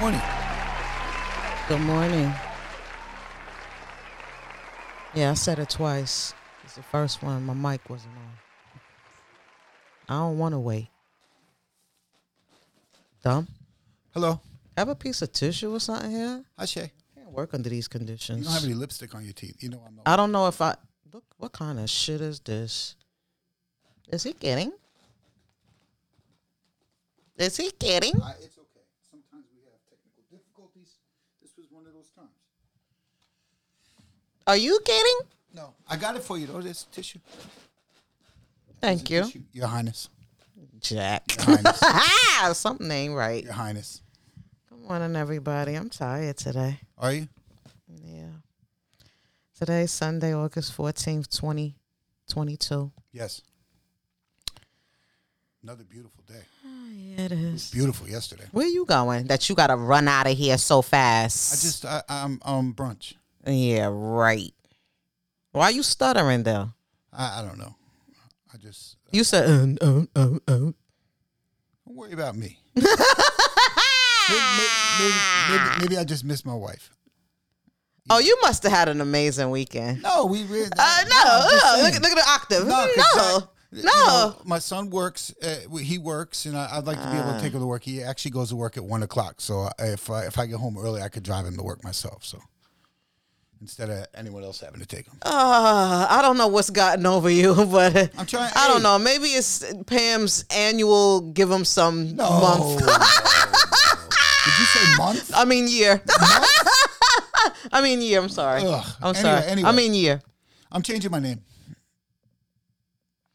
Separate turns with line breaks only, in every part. morning.
Good morning. Yeah, I said it twice. It's the first one. My mic wasn't on. I don't want to wait. Dumb.
Hello.
Have a piece of tissue or something here.
Hi, Shay.
Can't work under these
You
conditions.
don't have any lipstick on your teeth. You know I'm not.
I don't know if I look. What kind of shit is this? Is he kidding? Is he kidding?
I, it's okay. Sometimes we have technical difficulties. This was one of those times.
Are you kidding?
No, I got it for you, though. There's tissue. There's
Thank
a
you,
tissue. Your Highness.
Jack.
Your Highness.
Something ain't right.
Your Highness.
Good morning, everybody. I'm tired today.
Are you?
Yeah. Today's Sunday, August 14th, 2022.
Yes. Another beautiful day.
Yeah, it is.
Beautiful yesterday.
Where you going that you got to run out of here so
I
fast?
just, I, I'm on brunch.
Yeah, right. Why you stuttering though?
I, I don't know. I just,
You said, um, um, um, um.
don't worry about me. May- may- maybe, maybe, maybe I just miss my wife.
Oh, you must have had an amazing weekend.
No, we really.
Uh, no, uh, look, look at the octave. No,
'cause I-
no.
you know, my son works. Uh, w- he works, and I, I'd like to be
Ah.
able to take him to work. He actually goes to work at one o'clock. So I- if I, if I get home early, I could drive him to work myself. So instead of anyone else having to take him,
Uh, I don't know what's gotten over you, but
I'm trying-
I
hey.
don't know. Maybe it's Pam's annual. Give him some month.
Did you say month?
I mean year. I mean year. I'm sorry.
Ugh.
I'm
Anyway,
sorry.
anyway.
I mean year.
I'm changing my name,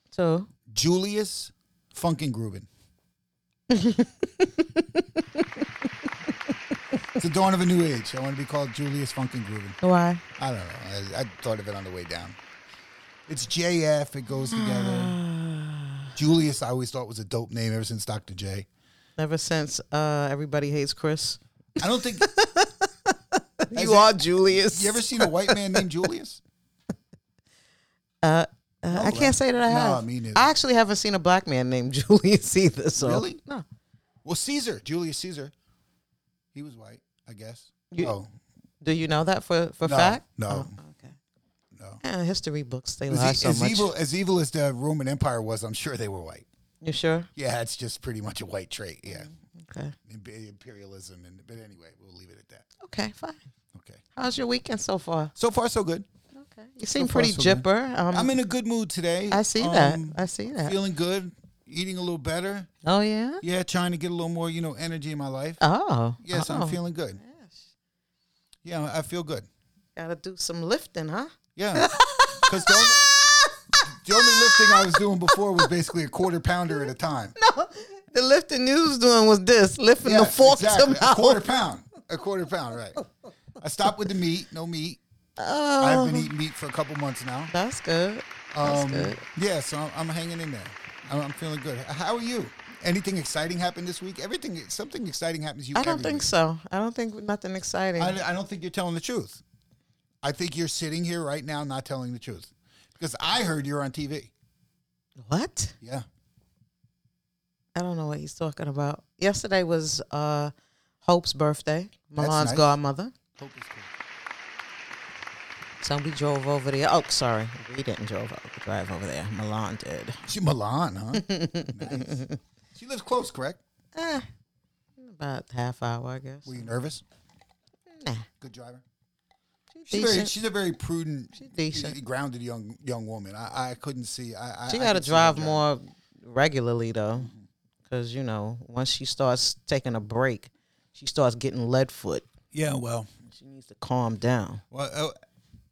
So
Julius Funkengruben. it's the dawn of a new age. I want to be called Julius Funkengruben.
why?
I don't know. I, I thought of it on the way down. It's JF. It goes together. Julius, I always thought was a dope name ever since Dr. J.
Ever since uh, everybody hates Chris,
I don't think
you are Julius.
you ever seen a white man named Julius.
Uh, I can't say that I
No,
have.
me neither.
I actually haven't seen a black man named Julius either. So
Really?
no.
Well, Caesar, Julius Caesar, he was white, I guess.
You-
oh
Do you know that for for
no,
fact?
no,
Okay.
no.
Eh, history books they lie
As, e-
so
as
much.
evil as evil as the Roman Empire was, I'm sure they were white.
You sure?
Yeah, it's just pretty much a white trait. Yeah,
Okay.
Imp- imperialism. And but anyway, we'll leave it at that.
Okay. Fine.
Okay.
How's your weekend so far?
So far, so good.
Okay. You seem
far,
pretty
so good.
jipper. Um,
I'm in a good mood today. Um,
I see that. I see that.
Feeling good, eating a little better.
oh yeah.
Yeah, trying to get a little more, you know, energy in my life.
Oh.
Yes,
oh.
I'm feeling good.
Yes.
Yeah, I feel good.
Gotta do some lifting, huh?
Yeah, because the only, the only lifting I was doing before was basically a quarter pounder at a time.
The lifting you was doing was this, lifting the fork
exactly.
to
a quarter
mouth.
pound, a quarter pound, right? I stopped with the meat, no meat. I've been eating meat for a couple months now.
Oh, That's good.
Um,
good.
yeah, so I'm, I'm hanging in there. I'm, I'm feeling good. How are you? Anything exciting happened this week? Everything, something exciting happens. to You?
I don't
every
think
week.
so. I don't think nothing exciting.
I, I don't think you're telling the truth. I think you're sitting here right now not telling the truth because I heard you're on TV.
what?
Yeah,
I don't know what he's talking about. Yesterday was uh, Hope's birthday, Milan's
nice.
godmother.
hope is cool.
So we drove over there. Oh, sorry, we didn't drove o- drive over there. Milan did.
She Milan, huh? nice. She lives close, correct?
Eh, about half hour, I guess.
Were you nervous?
nah,
Good driver.
she
She's, very,
decent.
she's a very prudent,
decent.
grounded young young woman. I, I couldn't see. I, I
She
I
got to
could see her
drive more regularly though, because you know once she starts taking a break, she starts getting lead foot.
Yeah, well,
She needs to calm down.
oh, well. Uh,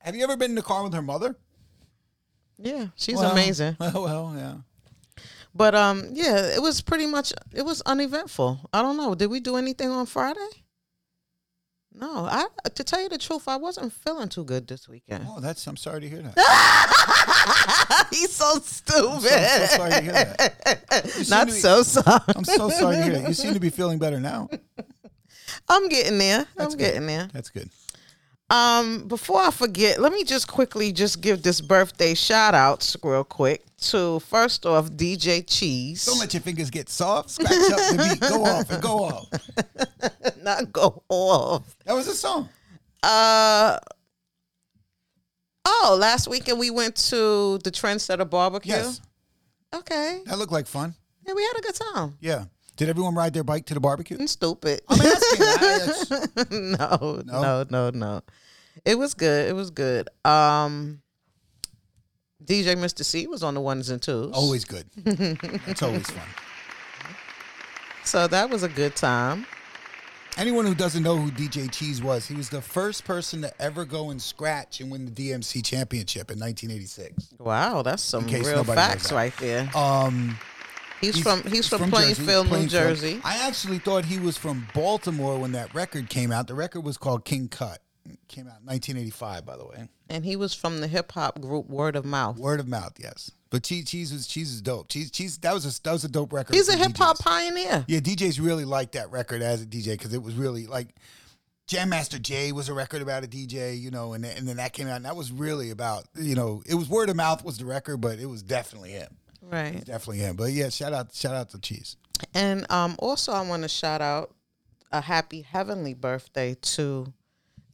have you ever been in the car with her mother?
Yeah, she's
Well,
amazing.
Well, well, yeah.
But um, yeah, it was pretty much it was uneventful. I don't know. Did we do anything on Friday? No. I to tell you the truth, I wasn't feeling too good this weekend.
Oh, that's. I'm sorry to hear that.
He's so
I'm so, I'm
stupid.
so sorry to hear that. You seem
Not
to be-
so sorry.
I'm so sorry to hear that. You seem to be feeling better now.
I'm getting there.
That's
I'm
good.
getting there.
That's good.
Um, before I forget, let me just quickly just give this birthday shout outs real quick to first off DJ Cheese.
Don't let your fingers get soft. Scratch up the beat. Go off and go off.
not go off.
That was a song.
Uh oh, last weekend we went to the Trendsetter Barbecue.
Yes,
Okay.
that looked like fun.
Yeah, we had a good time.
Yeah. Did everyone ride their bike to the barbecue?
I'm stupid.
I'm asking. I- it's-
no, no, no, no. It was good. It was good. Um DJ Mr. C was on the ones and twos.
Always good. It's always fun.
So that was a good time.
Anyone who doesn't know who DJ Cheese was, he was the first person to ever go and scratch and win the DMC championship in 1986.
Wow, that's some
case
real
nobody knows
facts
that.
right there.
Um,
He's, from he's, from, Plainfield, New
Plainfield.
Jersey.
I actually thought he was from Baltimore when that record came out. The record was called King Cut. It came out in 1985, by the way.
and he was from the hip hop group Word of Mouth.
Word of mouth, yes. But Cheese, Cheese was Cheese is dope. Cheese, Cheese that was a that was a dope record.
He's a
for
hip hop
DJs.
pioneer.
Yeah, DJs really liked that record as a DJ because it was really like Jam Master Jay was a record about a DJ, you know, and and then that came out and that was really about you know it was word of mouth was the record, but it was definitely him,
Right.
definitely him. But yeah, shout out shout out to Cheese.
And um, also, I want to shout out a happy heavenly birthday to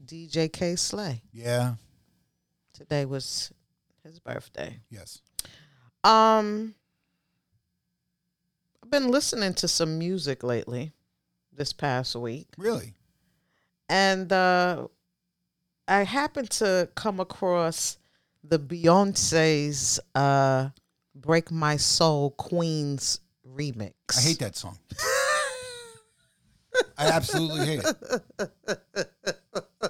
DJ K Slay.
Yeah,
Today was his birthday.
yes.
Um, I've been listening to some music lately this past week,
Really?
and uh, I happened to come across the Beyonce's uh, Break My Soul Queens remix.
I hate that song. I absolutely hate it.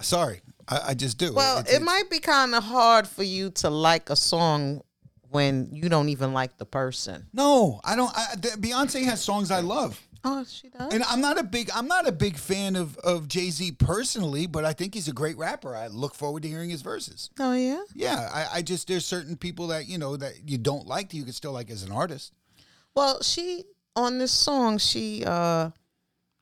Sorry, I, I just do.
Well,
It's-
it might be kind of hard for you to like a song when you don't even like the person.
No, I don't. I, th- Beyonce has songs I love,
Oh, she does.
and I'm not a big I'm not a big fan of of Jay Z personally, but I think he's a great rapper. I look forward to hearing his verses.
oh yeah.
Yeah, I, I just there's certain people that you know that you don't like that you can still like as an artist.
Well, she on this song she uh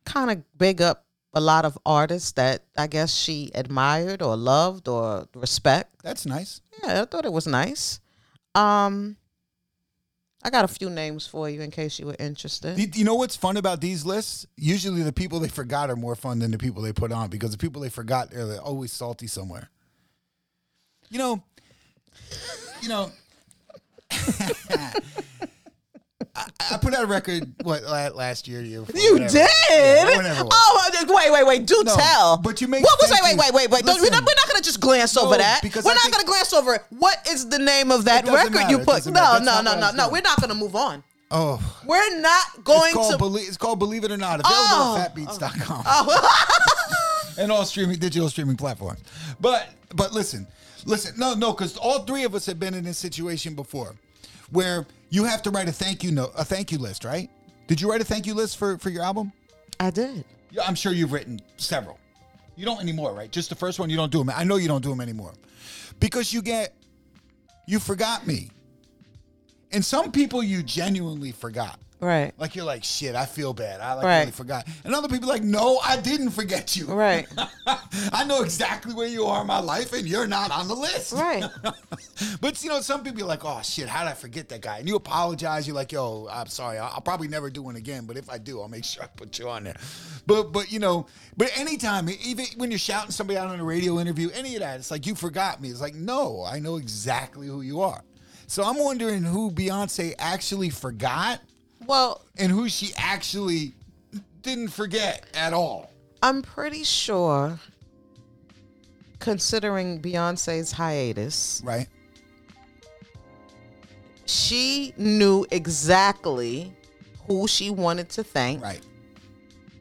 kind of big up a lot of artists that I guess she admired or loved or respect.
That's nice.
Yeah, I thought it was nice. Um, I got a few names for you in case you were interested.
You, you know what's fun about these lists? Usually the people they forgot are more fun than the people they put on because the people they forgot are they're always salty somewhere. You know, you know. I, I put out a record what la- last year, year before,
You
whatever.
did.
Yeah, whatever it was.
oh, I did- wait, wait, wait. Do
No,
tell.
but you make-
What was? Wait,
thank
wait,
you.
wait, wait, wait. Don't- We're not,
Listen.
we're not going to just glance
No,
over that. We're
because I
not
think-
going to glance over it. What is the name of that
It doesn't
record
matter.
you
It
put?
doesn't
No,
matter.
no,
That's
no,
not what I
no,
was
no.
doing.
We're not going to move on.
Oh,
We're not going
it's called,
to.
Belie- it's called Believe It or Not, available
Oh.
on fatbeats.com and all streaming digital streaming platforms. But but listen, listen, no, no, because all three of us have been in this situation before, where you have to write a thank you note, a thank you list, right? Did you write a thank you list for for your album?
I did.
Yeah, I'm sure you've written several. You don't anymore, right? Just the first one. You don't do them. I know you don't do them anymore because you get you forgot me, and some people you genuinely forgot.
Right.
Like you're like shit. I feel bad. I like
Right.
really forgot. And other people like, no, I didn't forget you.
Right.
I know exactly where you are in my life, and you're not on the list.
Right.
but you know, some people be like, oh shit, how did I forget that guy? And you apologize. You're like, yo, I'm sorry. I'll, I'll probably never do one again. But if I do, I'll make sure I put you on there. But but you know, but anytime, even when you're shouting somebody out on a radio interview, any of that, it's like you forgot me. It's like, no, I know exactly who you are. So I'm wondering who Beyonce actually forgot
Well,
and who she actually didn't forget at all.
I'm pretty sure. Considering Beyonce's hiatus,
Right?
she knew exactly who she wanted to thank
Right.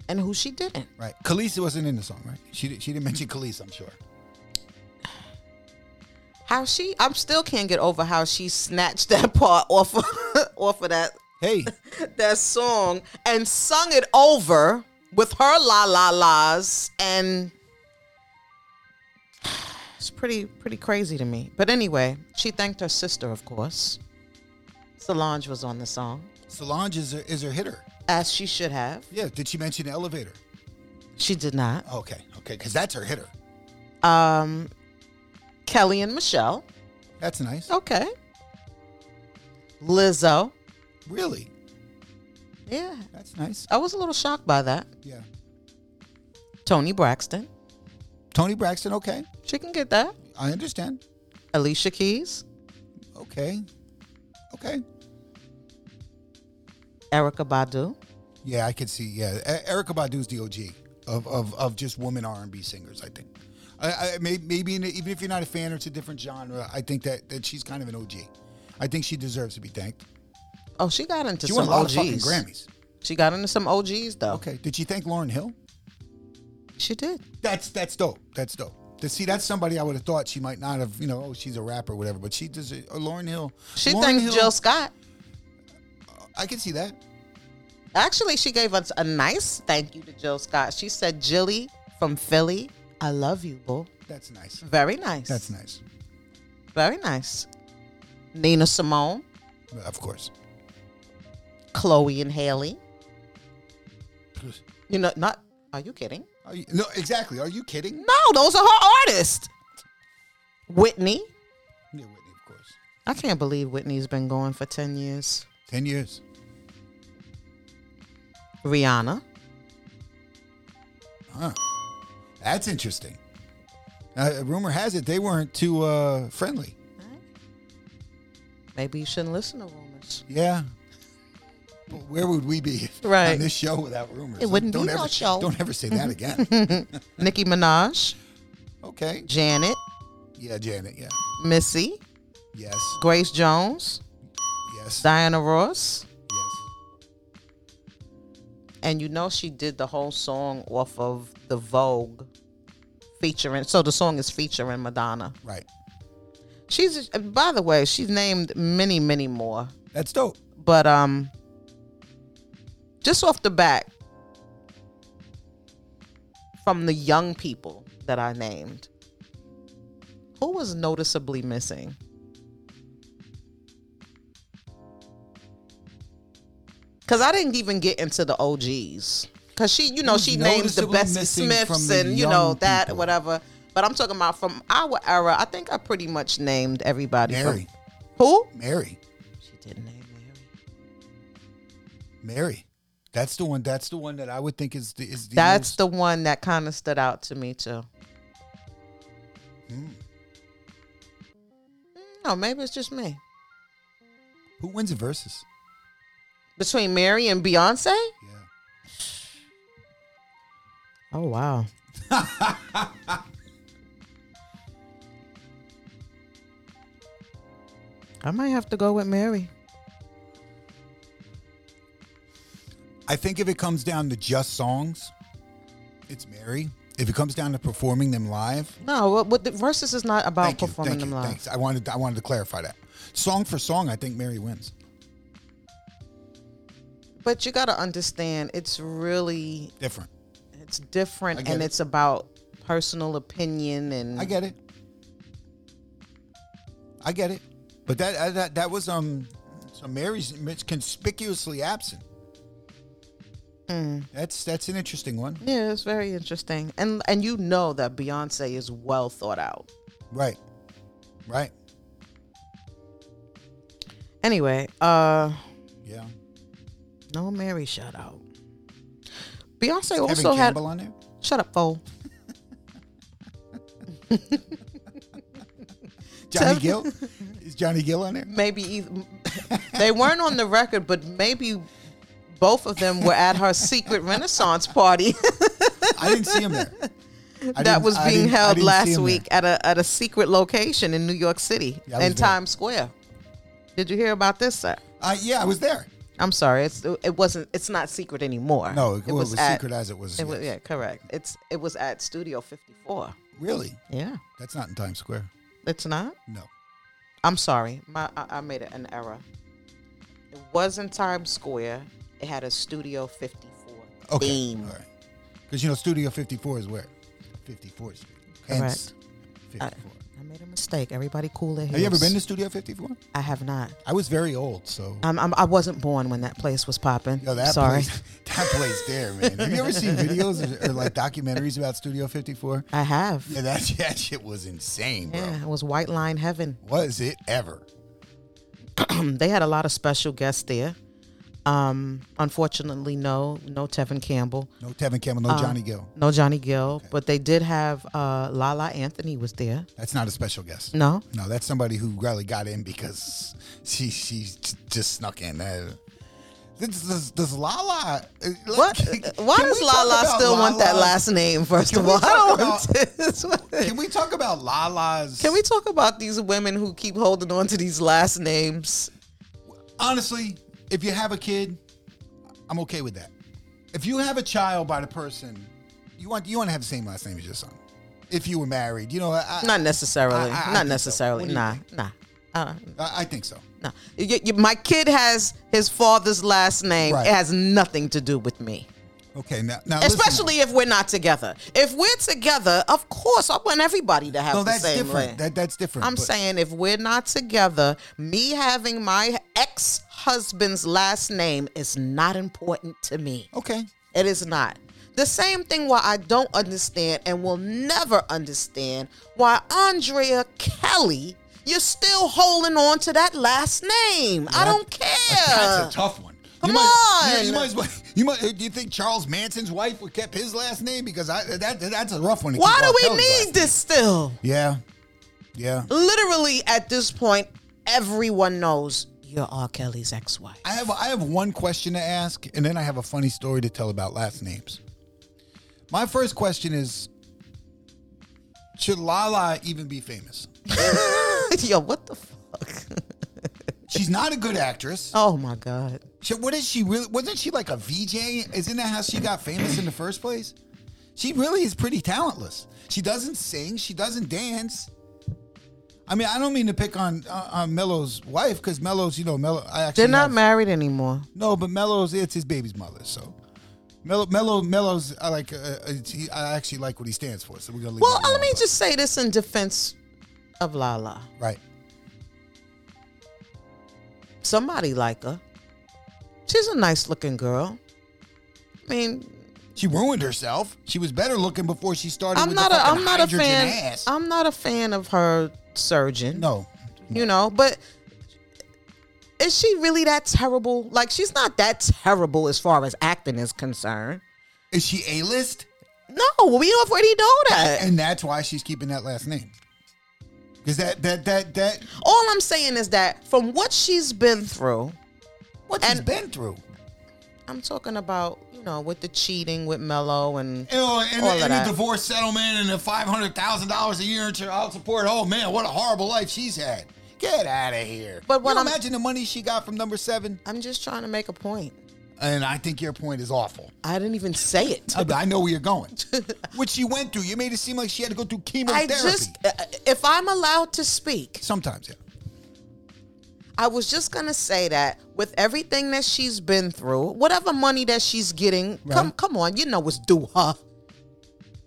and who she didn't.
Right. Khaleesi wasn't in the song, right? She did, she didn't mention Khaleesi, I'm sure.
How she? I am still can't get over how she snatched that part off of, off of that
Hey,
that song and sung it over with her la la las and it's pretty pretty crazy to me. But anyway, she thanked her sister, of course. Solange was on the song,
Solange is her, is her hitter.
as she should have.
Yeah. Did she mention elevator? Oh,
She did not.
Okay. Okay. Because that's her hitter.
Um, Kelly and Michelle.
That's nice.
Okay. Lizzo.
Really?
Yeah,
That's nice.
I was a little shocked by that.
Yeah.
Tony Braxton.
Tony Braxton. Okay.
She can get that.
I understand.
Alicia Keys.
Okay. Okay.
Erica Badu.
Yeah, I could see. Yeah, E- Erica Badu's the OG of of, of just women R and B singers. I think. I, I may, maybe in, even if you're not a fan or it's a different genre, I think that that she's kind of an OG. I think she deserves to be thanked.
Oh, she got into
She won
some
a lot
OGs.
of fucking Grammys.
She got into some OGs though.
Okay. Did she thank Lauren Hill?
She did.
That's that's dope. That's dope. To see, that's somebody I would have thought she might not have. You know, oh, she's a rapper, or whatever. But she does. it- Uh, Lauren Hill.
She
Lauryn
thanked
Hill-
Jill Scott.
I can see that.
Actually, she gave us a nice thank you to Jill Scott. She said, "Jilly from Philly, I love you, boo."
That's nice.
Very nice.
That's nice.
Very nice. Nina Simone,
Of course.
Chloe and Haley. You know, not. Are you kidding?
Are you, no, exactly. Are you kidding?
No, those are her artists. Whitney.
Yeah, Whitney, of course.
I can't believe Whitney's been going for ten years.
Ten years.
Rihanna.
Huh. That's interesting. Uh, rumor has it they weren't too uh, friendly.
Maybe you shouldn't listen to rumors.
Yeah. But where would we be
Right.
on this show without rumors?
It wouldn't
don't
be
ever,
no show.
Don't ever say that again.
Nicki Minaj,
okay.
Janet,
Yeah, Janet. Yeah.
Missy,
Yes.
Grace Jones,
Yes.
Diana Ross,
Yes.
and you know she did the whole song off of the Vogue featuring. So the song is featuring Madonna.
Right.
She's by the way, she's named many, many more.
That's dope.
But um just off the back from the young people that I named, who was noticeably missing? Cause I didn't even get into the OGs. Cause she, you know,
Who's
she names the
noticeably
Bessie
missing
Smiths
from the
and you
young
know that
people?
whatever. But I'm talking about from our era. I think I pretty much named everybody. from-
Mary.
Who?
Mary.
She didn't name Mary.
Mary. That's the one. That's the one that I would think is the is the
That's the one that kind of stood out to me too.
Hmm.
No, maybe it's just me.
most- who wins the verses.
Between Mary and Beyonce?
Yeah.
Oh wow. I might have to go with Mary.
I think if it comes down to just songs, it's Mary. If it comes down to performing them live,
No, what, what the verses is not about
thank you,
performing
thank
them
you,
live.
thanks. I wanted I wanted to clarify that. Song for song, I think Mary wins.
But you gotta understand, it's really
Different.
it's
I
different
get
and
it.
it's about personal opinion and
I get it. I get it. But that uh, that that was um so Mary's it's conspicuously absent.
Mm.
That's that's an interesting one.
Yeah, it's very interesting. And and you know that Beyonce is well thought out.
Right. Right.
Anyway, uh
Yeah.
no Mary shout out. Beyonce also
Kevin
had
Campbell on there.
shut up fool.
Johnny Gill. Is Johnny Gill on there?
Maybe eith- they weren't on the record, but maybe both of them were at her secret Renaissance party
I didn't see him there. I
that
didn't-
was
I
being
didn't- I didn't
held
see him
last
there.
week at a at a secret location in New York City
Yeah, I was
in
there.
Times Square. Did you hear about this, sir?
Uh, yeah, I was there.
I'm sorry. It's it wasn't. It's not secret anymore.
No, it, well, it was,
at-
secret as it was.
It was,
yes.
yeah, correct. It's it was at Studio 54.
Really?
Yeah.
That's not in Times Square.
It's not.
No.
I'm sorry. My I, I made it an error. It wasn't Times Square. It had a Studio 54
Okay.
theme.
All right. Because you know Studio 54 is where 54th Street. Hence,
Uh,
54.
I made a mistake. Everybody cool it.
Have you ever been to Studio 54?
I have not.
I was very old, so.
I'm, I'm, I wasn't born when that place was popping.
Yo, that
sorry.
place, that place there, man. Have you ever seen videos or, or, like documentaries about Studio 54?
I have.
Yeah, that, that shit was insane, bro.
Yeah, it was White Line Heaven. Mm,
Was it ever?
they had a lot of special guests there. Um, unfortunately, no, no Tevin Campbell,
No Tevin Campbell,
Uh,
no Johnny Gill.
no Johnny Gill, but they did have uh, Lala Anthony was there.
That's not a special guest.
No,
No, that's somebody who really got in because she she j- just snuck in. Uh, This does, does Lala? uh,
what?
can-
Why
can
does
we talk
Lala
about
still want that
Lala?
last name? First
Can
of
we
all, I
talk
don't want this.
Can we talk about Lala's?
Can we talk about these women who keep holding on to these last names?
honestly? If you have a kid, I'm okay with that. If you have a child by the person, you want you want to have the same last name as your son. If you were married, you know, I
Not necessarily.
I- I- I think
Not
so. What
necessarily.
do you
Nah, nah. Uh,
I, I think so.
no, Y- y- my kid has his father's last name.
Right.
It has nothing to do with me.
Okay, now now listen.
Especially if we're not together. If we're together, of course, I want everybody to have
no,
the
that's
same
different.
name.
That that's different.
I'm
but-
saying if we're not together, me having my ex husband's last name is not important to me.
okay.
It is not. The same thing why I don't understand and will never understand why Andrea Kelly, you're still holding on to that last name. I don't
That's a
care.
tough one.
Come
you might,
on.
You, you might as well. You might. Do you think Charles Manson's wife would kept his last name because I that that's a rough one. to
Why
keep off
do we
Kelly's last
need this still?
name. Yeah, yeah.
literally at this point, everyone knows you're R. Kelly's ex-wife.
I have I have one question to ask, and then I have a funny story to tell about last names. My first question is: Should Lala even be famous?
Yo, what the fuck?
She's not a good actress.
Oh my god.
She, what is she really? Wasn't she like a VJ? Isn't that how she got famous in the first place? She really is pretty talentless. She doesn't sing. She doesn't dance. I mean, I don't mean to pick on uh, on Mello's wife because Mello's, you know, Mello. I actually
They're not
have-
married anymore.
No, but Mello's it's his baby's mother. So Mello, Mello, Mello's. I like. Uh, uh, he, I actually like what he stands for. So we're gonna leave.
Well, uh,
him alone,
let me
but-
just say this in defense of Lala.
Right.
Somebody like her. She's a nice looking girl. I mean,
She ruined herself. She was better looking before she started.
I'm
with
not
the
a
fucking
I'm not a
hydrogen
fan.
Ass.
I'm not a fan of her surgeon.
no.
you know but is she really that terrible like she's not that terrible as far as acting is concerned
Is she a list?
no we already know that
and that's why she's keeping that last name. Because that that that that
all i'm saying is that from what she's been through
what she's
And-
been through,
i'm talking about you know with the cheating with mello and
you know, Oh, and,
Oh, All
and
of
the
that.
divorce settlement and the five hundred thousand dollars a year in child support. Oh man, what a horrible life she's had. Get out of here.
But what
you
I'm-
imagine the money she got from number seven.
i'm just trying to make a point
And I think your point is awful.
i didn't even say it
I, I know where you're going. Which she went through. You made it seem like she had to go through
i
chemotherapy.
just uh, if i'm allowed to speak
Sometimes, yeah.
I was just gonna say that with everything that she's been through, whatever money that she's getting, come
Right.
come on, you know what's due her.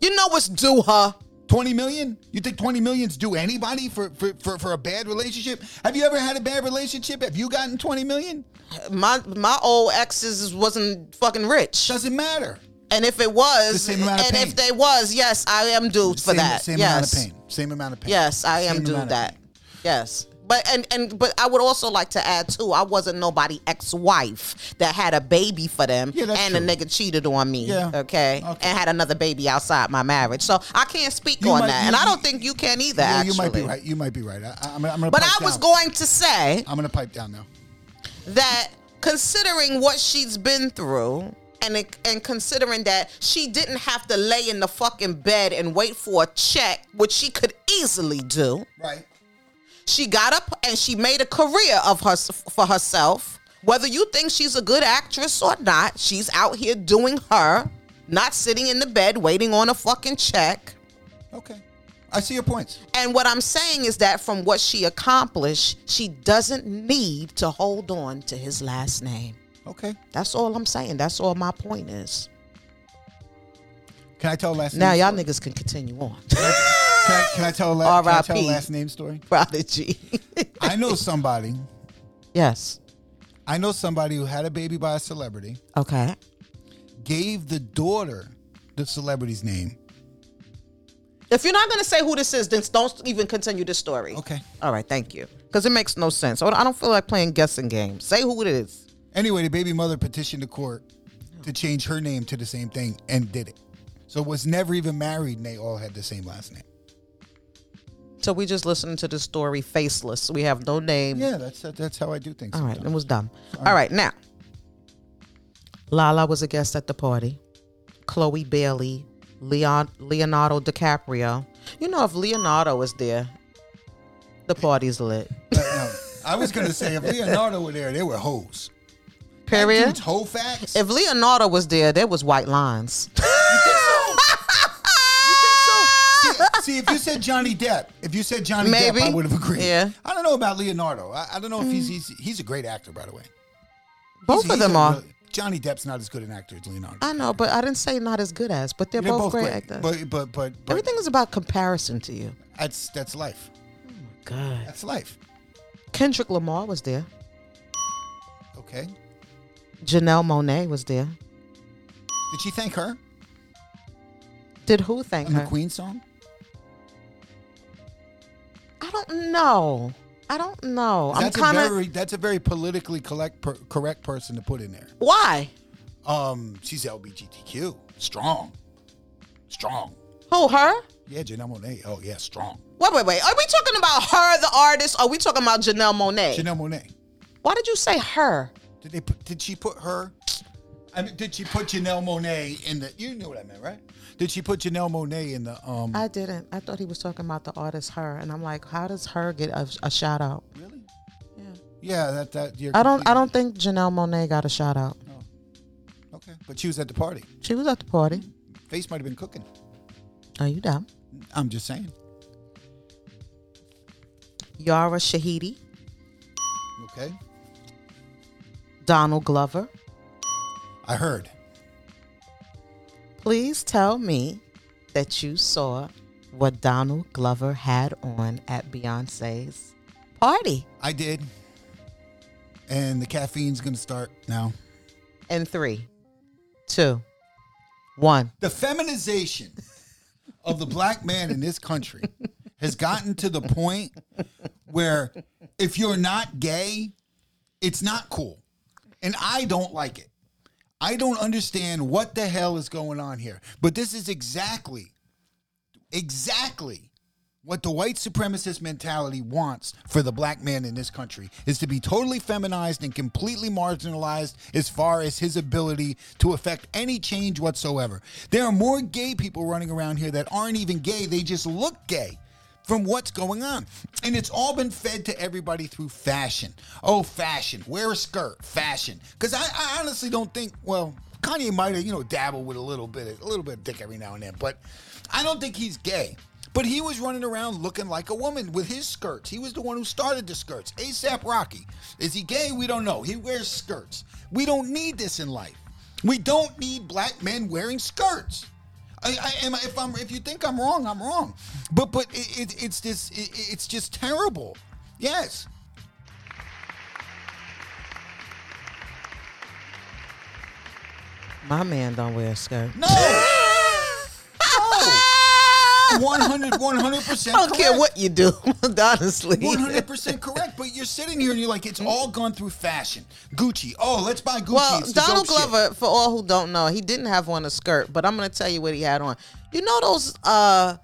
You know what's due her.
Twenty million? You think twenty millions do anybody for, for, for, for a bad relationship? Have you ever had a bad relationship? Have you gotten twenty million?
My my old exes wasn't fucking rich,
Doesn't matter.
and if it was,
The same amount of
and
pain.
if they was, yes, I am due for
same,
that.
Same
yes,
amount of pain. Same amount of pain.
yes, I am
Same
due
amount of
that.
pain.
Yes. But and, and but I would also like to add too, I wasn't nobody ex-wife that had a baby for them
Yeah, that's
and
true.
a nigga cheated on me.
Yeah.
Okay.
Okay.
And had another baby outside my marriage. So I can't speak
You
on
might-
that.
you-
and I
you-
don't think you can either,
Yeah,
actually.
you might be right. You might be right. I, I, am I'm gonna
But
pipe
I was
down.
going to say
I'm gonna pipe down now.
that considering what she's been through and it- and considering that she didn't have to lay in the fucking bed and wait for a check, which she could easily do.
Right.
She got up and she made a career of her for herself. Whether you think she's a good actress or not, she's out here doing her, not sitting in the bed waiting on a fucking check.
Okay. I see your points.
And what I'm saying is that from what she accomplished, she doesn't need to hold on to his last name.
Okay.
That's all I'm saying. That's all my point is.
Can I tell a last
Now
name?
y'all niggas can continue on.
Can I, can I tell a la- can I tell a
R.I.P..
last name story?
Prodigy.
I know somebody.
yes.
I know somebody who had a baby by a celebrity,
Okay.
gave the daughter the celebrity's name.
If you're not gonna say who this is, then don't even continue the story.
Okay.
All right. Thank you. Because it makes no sense. I don't feel like playing guessing games. Say who it is.
Anyway, the baby mother petitioned the court to change her name to the same thing and did it. So was never even married and they all had the same last name.
So we just listened to the story faceless. We have no name.
Yeah, that's that, that's how I do things.
All right, it
sometimes.
was dumb. All right, now. Lala was a guest at the party. Chloe Bailey, Leon Leonardo DiCaprio. You know, if Leonardo is there, the party's lit.
But no, I was gonna say if Leonardo were there, they were hoes. That
Period.
dude's Hoe facts.
If Leonardo was there, there was white lines.
See, if you said Johnny Depp, if you said Johnny
Maybe.
Depp, I would have agreed.
Yeah. Mm.
I don't know about Leonardo. I, I don't know if he's, he's he's a great actor, by the way.
both
He's-
of
he's
them
a
are.
really- Johnny Depp's not as good an actor as Leonardo.
I know, but I didn't say not as good as, but they're, both, great, actors.
But but but, but
Everything is about comparison to you.
that's that's life.
God.
That's life.
Kendrick Lamar was there.
Okay.
Janelle Monet was there.
Did she thank her
Did who thank
on
her?
the Queen song?
I don't know. I don't know. I'm
That's
kind
a
of
very that's a very politically collect, per, correct person to put in there.
why?
Um, she's LGBTQ, strong, strong.
Who her?
Yeah, Janelle Monae. Oh yeah, strong.
Wait, wait, wait. Are we talking about her, the artist? Or are we talking about Janelle Monet?
Janelle Monae.
why did you say her?
Did they put, did she put her? I mean, did she put Janelle Monae in the? You knew what I meant, right? Did she put Janelle Monae in the? Um,
I didn't. I thought he was talking about the artist her, and I'm like, how does her get a, a shout out?
really? Yeah. Yeah, that that. You're
I don't.
completely-
I don't think Janelle Monet got a shout out.
Okay, but she was at the party.
She was at the party.
Face might have been cooking.
Are you dumb?
I'm just saying.
Yara Shahidi,
Okay,
Donald Glover.
I heard.
Please tell me that you saw what Donald Glover had on at Beyonce's party.
I did. And the caffeine's gonna start now.
And three, two, one.
The feminization of the black man in this country has gotten to the point where if you're not gay, it's not cool. And I don't like it. I don't understand what the hell is going on here. But this is exactly, exactly what the white supremacist mentality wants for the black man in this country is to be totally feminized and completely marginalized as far as his ability to affect any change whatsoever. There are more gay people running around here that aren't even gay, they just look gay from what's going on. And it's all been fed to everybody through fashion. Oh, fashion. Wear a skirt. Fashion. Because I, I honestly don't think, well, Kanye might have, you know, dabbled with a little bit, a little bit of dick every now and then, but I don't think he's gay. But he was running around looking like a woman with his skirts. He was the one who started the skirts. ASAP Rocky. Is he gay? We don't know. He wears skirts. We don't need this in life. We don't need black men wearing skirts. I, I am. If I'm, if you think I'm wrong, I'm wrong. But but it, it, it's this. It, it's just terrible. Yes.
My man don't wear a skirt.
No. One hundred. One hundred percent.
I don't care what you do, honestly.
One hundred percent correct. But you're sitting here and you're like, it's all gone through fashion. Gucci. Oh, let's buy Gucci.
Well,
It's the
Donald
dope shit.
Glover, for all who don't know, he didn't have on a skirt, but I'm gonna tell you what he had on. You know those uh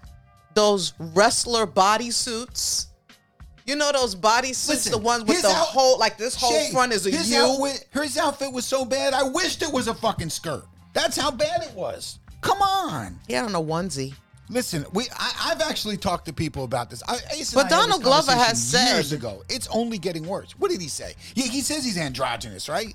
those wrestler bodysuits? You know those bodysuits,
Listen,
the ones with
his
the
out-
whole like this whole
Shay,
front is a U.
his Outfit, his outfit was so bad. I wished it was a fucking skirt. That's how bad it was. Come on.
He had on a onesie.
Listen, we I, I've actually talked to people about this. I, Ace and
But
I had this
Donald Glover has
conversation years
said-
ago it's only getting worse. What did he say? Yeah, he says he's androgynous, right?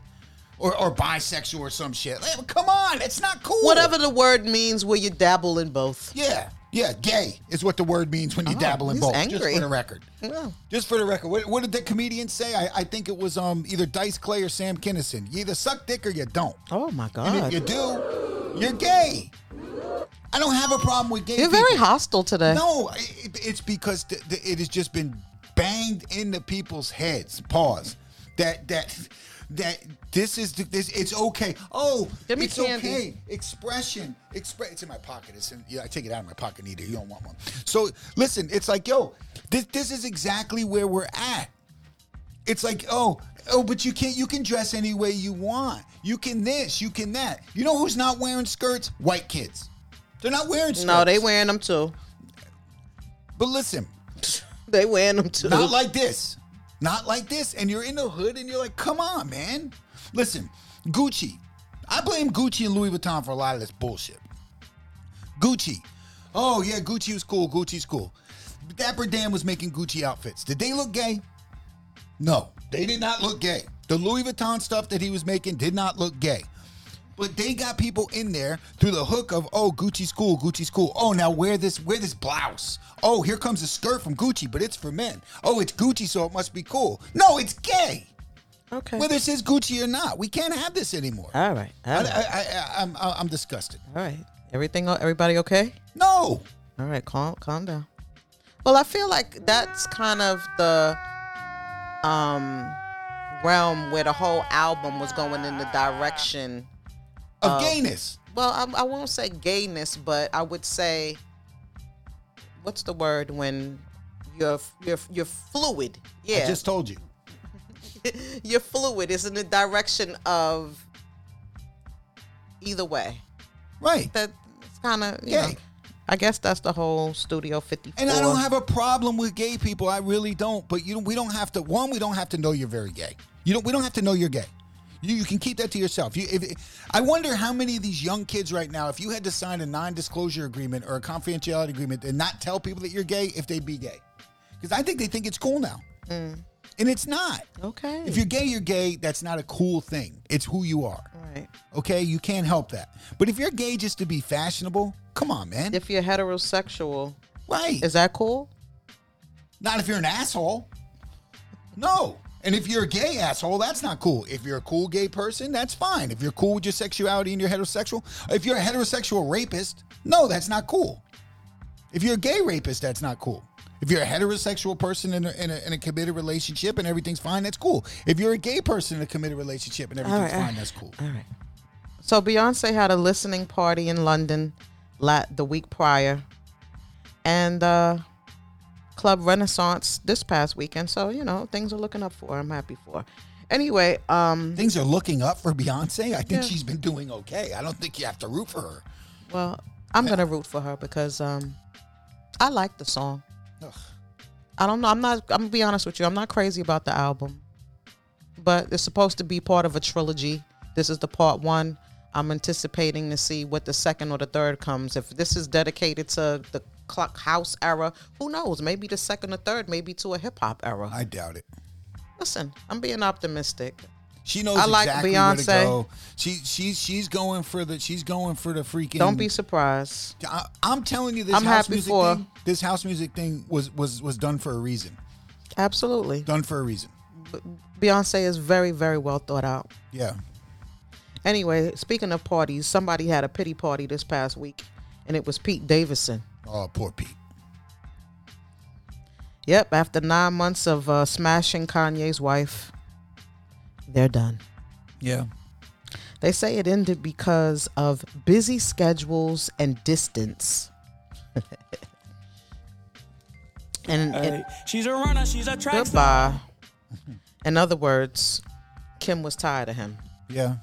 Or or bisexual or some shit. Like, come on, it's not cool.
Whatever the word means where you dabble in both.
Yeah. Yeah, gay is what the word means when you dabble in
Oh, he's
both.
angry.
Just for the record.
No.
Just for the record, what, what did the comedian say? I, I think it was um either Dice Clay or Sam Kinison. You either suck dick or you don't.
Oh my God.
And if you do, you're gay. I don't have a problem with gay.
You're
people.
very hostile today.
No, it, it's because th- th- it has just been banged into people's heads. Pause. That that that this is the, this. It's okay. Oh,
Give me
it's
candy.
okay. Expression. Express. It's in my pocket. It's in. Yeah, I take it out of my pocket. Either you don't want one. So listen. It's like yo. This this is exactly where we're at. It's like, oh, oh, but you can't. You can dress any way you want. You can this. You can that. You know who's not wearing skirts? White kids. They're not wearing skirts.
No, they wearing them too.
But listen,
They wearing them too.
not like this, not like this. And you're in the hood, and you're like, come on, man. Listen, Gucci. I blame Gucci and Louis Vuitton for a lot of this bullshit. Gucci. Oh yeah, Gucci was cool. Gucci's cool. Dapper Dan was making Gucci outfits. Did they look gay? No, they did not look gay. The Louis Vuitton stuff that he was making did not look gay. But they got people in there through the hook of oh Gucci's cool, Gucci's cool. Oh now wear this wear this blouse. Oh here comes a skirt from Gucci, but it's for men. Oh it's Gucci, so it must be cool. No, it's gay.
okay.
Whether it says Gucci or not, we can't have this anymore. I,
all right. All
I,
right.
I, I, I'm I'm disgusted.
All right. Everything. o- Everybody okay?
No,
All right. Calm. Calm down. Well, I feel like that's kind of the um realm where the whole album was going in the direction.
of gayness.
Well, I, I won't say gayness, but I would say what's the word when you're you're you're fluid. Yeah.
I just told you.
your fluid is in the direction of either way.
Right.
That's kind of you
Yeah.
know. I guess that's the whole Studio 54.
And I don't have a problem with gay people. I really don't. But you, we don't have to. One, we don't have to know you're very gay. You don't. We don't have to know you're gay. You, you can keep that to yourself. You, if, I wonder how many of these young kids right now, if you had to sign a non-disclosure agreement or a confidentiality agreement and not tell people that you're gay, if they'd be gay, because I think they think it's cool now, and it's not.
Okay.
If you're gay, you're gay. That's not a cool thing. It's who you are.
All right.
Okay, you can't help that. But if you're gay just to be fashionable, come on, man.
If you're heterosexual,
right.
is that cool?
Not if you're an asshole. No. And if you're a gay asshole, that's not cool. If you're a cool gay person, that's fine. If you're cool with your sexuality and you're heterosexual, if you're a heterosexual rapist, no, that's not cool. If you're a gay rapist, that's not cool. If you're a heterosexual person in a, in a, in a committed relationship and everything's fine, that's cool. If you're a gay person in a committed relationship and everything's
right, all
fine, that's cool.
All right. So Beyonce had a listening party in London la- the week prior, and uh, Club Renaissance this past weekend. So you know things are looking up for. her. I'm happy for. her. Anyway, um,
Things are looking up for Beyonce. I think she's been doing okay. I don't think you have to root for her.
well, I'm gonna root for her because um, I like the song.
Ugh.
I don't know. I'm not. I'm gonna be honest with you. I'm not crazy about the album, but it's supposed to be part of a trilogy. This is the part one. I'm anticipating to see what the second or the third comes. If this is dedicated to the clock house era, who knows? Maybe the second or third, maybe to a hip hop era.
I doubt it.
Listen, I'm being optimistic.
She knows
I like
exactly where
Beyonce.
to go. She she's she's going for the she's going for the freaking.
Don't be surprised.
I, am telling you, this
I'm
house
happy
music
for her.
thing. This house music thing was was was done for a reason.
Absolutely.
Done for a reason.
Beyonce is very, very well thought out.
Yeah.
Anyway, speaking of parties, somebody had a pity party this past week, and it was Pete Davidson.
Oh, poor Pete.
Yep, after nine months of uh, smashing Kanye's wife, they're done.
Yeah.
They say it ended because of busy schedules and distance. and, and
She's a runner, she's a track star.
goodbye. In other words, Kim was tired of him.
Yeah.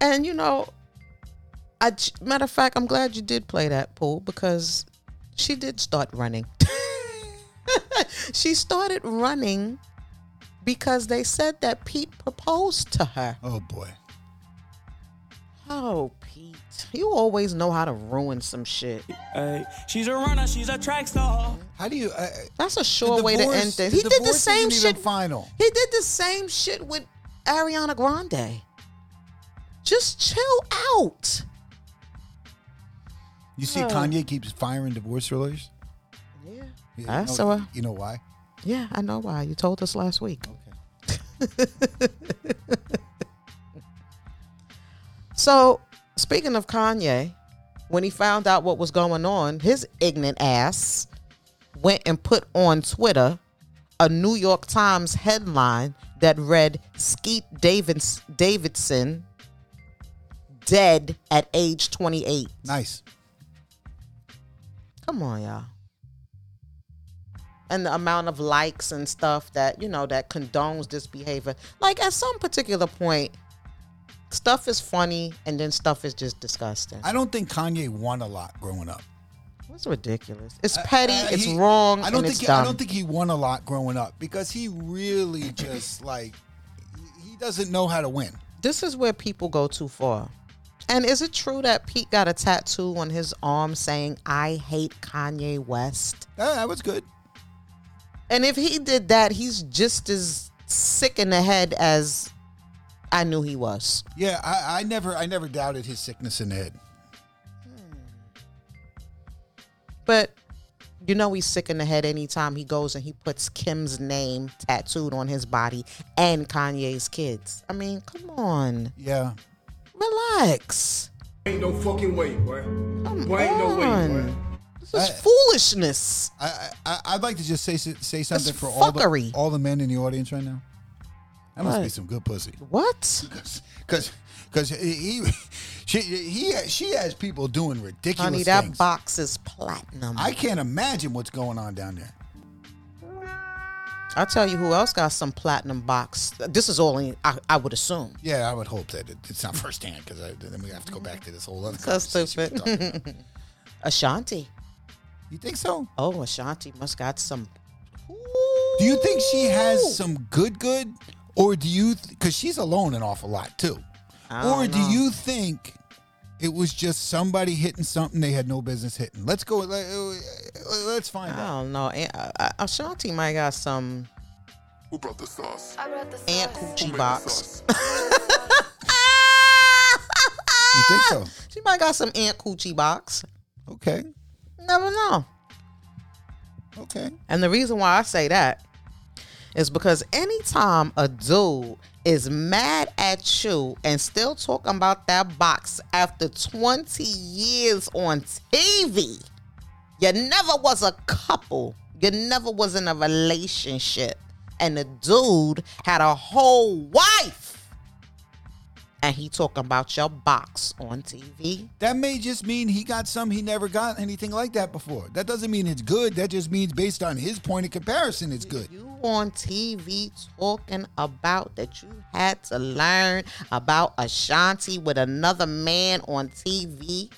And you know, I j- matter of fact, I'm glad you did play that pool because she did start running. she started running because they said that Pete proposed to her.
Oh boy.
Oh, Pete, you always know how to ruin some shit.
Ay, she's a runner, she's a track star.
How do you? Uh,
That's a sure way to
divorce-
end things.
the
He did the
divorce
same
isn't even
shit.
final.
He did the same shit with Ariana Grande. Just chill out.
You see, Kanye keeps firing divorce lawyers.
Yeah.
You
I
know-
saw her.
You know why?
Yeah, I know why. You told us last week. so, speaking of Kanye, when he found out what was going on, his ignorant ass went and put on Twitter a New York Times headline that read Skeet Davids- Davidson dead at age 28.
Nice.
Come on, y'all. And the amount of likes and stuff that, you know, that condones this behavior. Like at some particular point, stuff is funny and then stuff is just disgusting.
I don't think Kanye won a lot growing up.
it's ridiculous. It's petty,
Uh,
it's
he-
wrong,
I don't
and
think
it's
he,
dumb.
I don't think he won a lot growing up because he really just like he doesn't know how to win.
this is where people go too far. And is it true that Pete got a tattoo on his arm saying, I hate Kanye West?
Uh, that was good.
And if he did that, he's just as sick in the head as I knew he was.
Yeah, I, I never I never doubted his sickness in the head.
But you know he's sick in the head anytime he goes and he puts Kim's name tattooed on his body and Kanye's kids. I mean, come on.
Yeah.
Relax.
Ain't no fucking way, boy.
Come
boy, ain't no way, boy.
on. This is
I-
foolishness.
I, I- I I'd like to just say s- say something for all the
fuckery.
all the men in the audience right now. That must be
What?
some good pussy.
What?
Because because he she he she has people doing ridiculous
Honey, that
things.
box is platinum.
I
I,
can't imagine what's going on down there.
will tell you who else got some platinum box. This is all in, I, I would assume.
Yeah, I would hope that it, it's not firsthand because then we have to go back to this whole other.
So
conversation we
stupid.
talked about.
Ashanti.
you think so?
Oh, Ashanti must got some.
Do you think she has some good good, or do you? Because she's alone an awful lot too.
I
Or
don't
do
know.
you think it was just somebody hitting something they had no business hitting? Let's go. Let, us find
I
out.
don't know. Aunt, uh, uh, Ashanti might got some
Who brought the sauce?
I brought the
Aunt
sauce.
Coochie box.
You think so?
She might got some Aunt Coochie box.
Okay.
Never know.
Okay.
And the reason why I say that is because anytime a dude is mad at you and still talking about that box after 20 years on TV, you never was a couple, you never was in a relationship, and the dude had a whole wife. And he talking about your box on TV.
That may just mean he got some he never got anything like that before. That doesn't mean it's good. That just means based on his point of comparison, it's good.
You on TV talking about that you had to learn about Ashanti with another man on TV?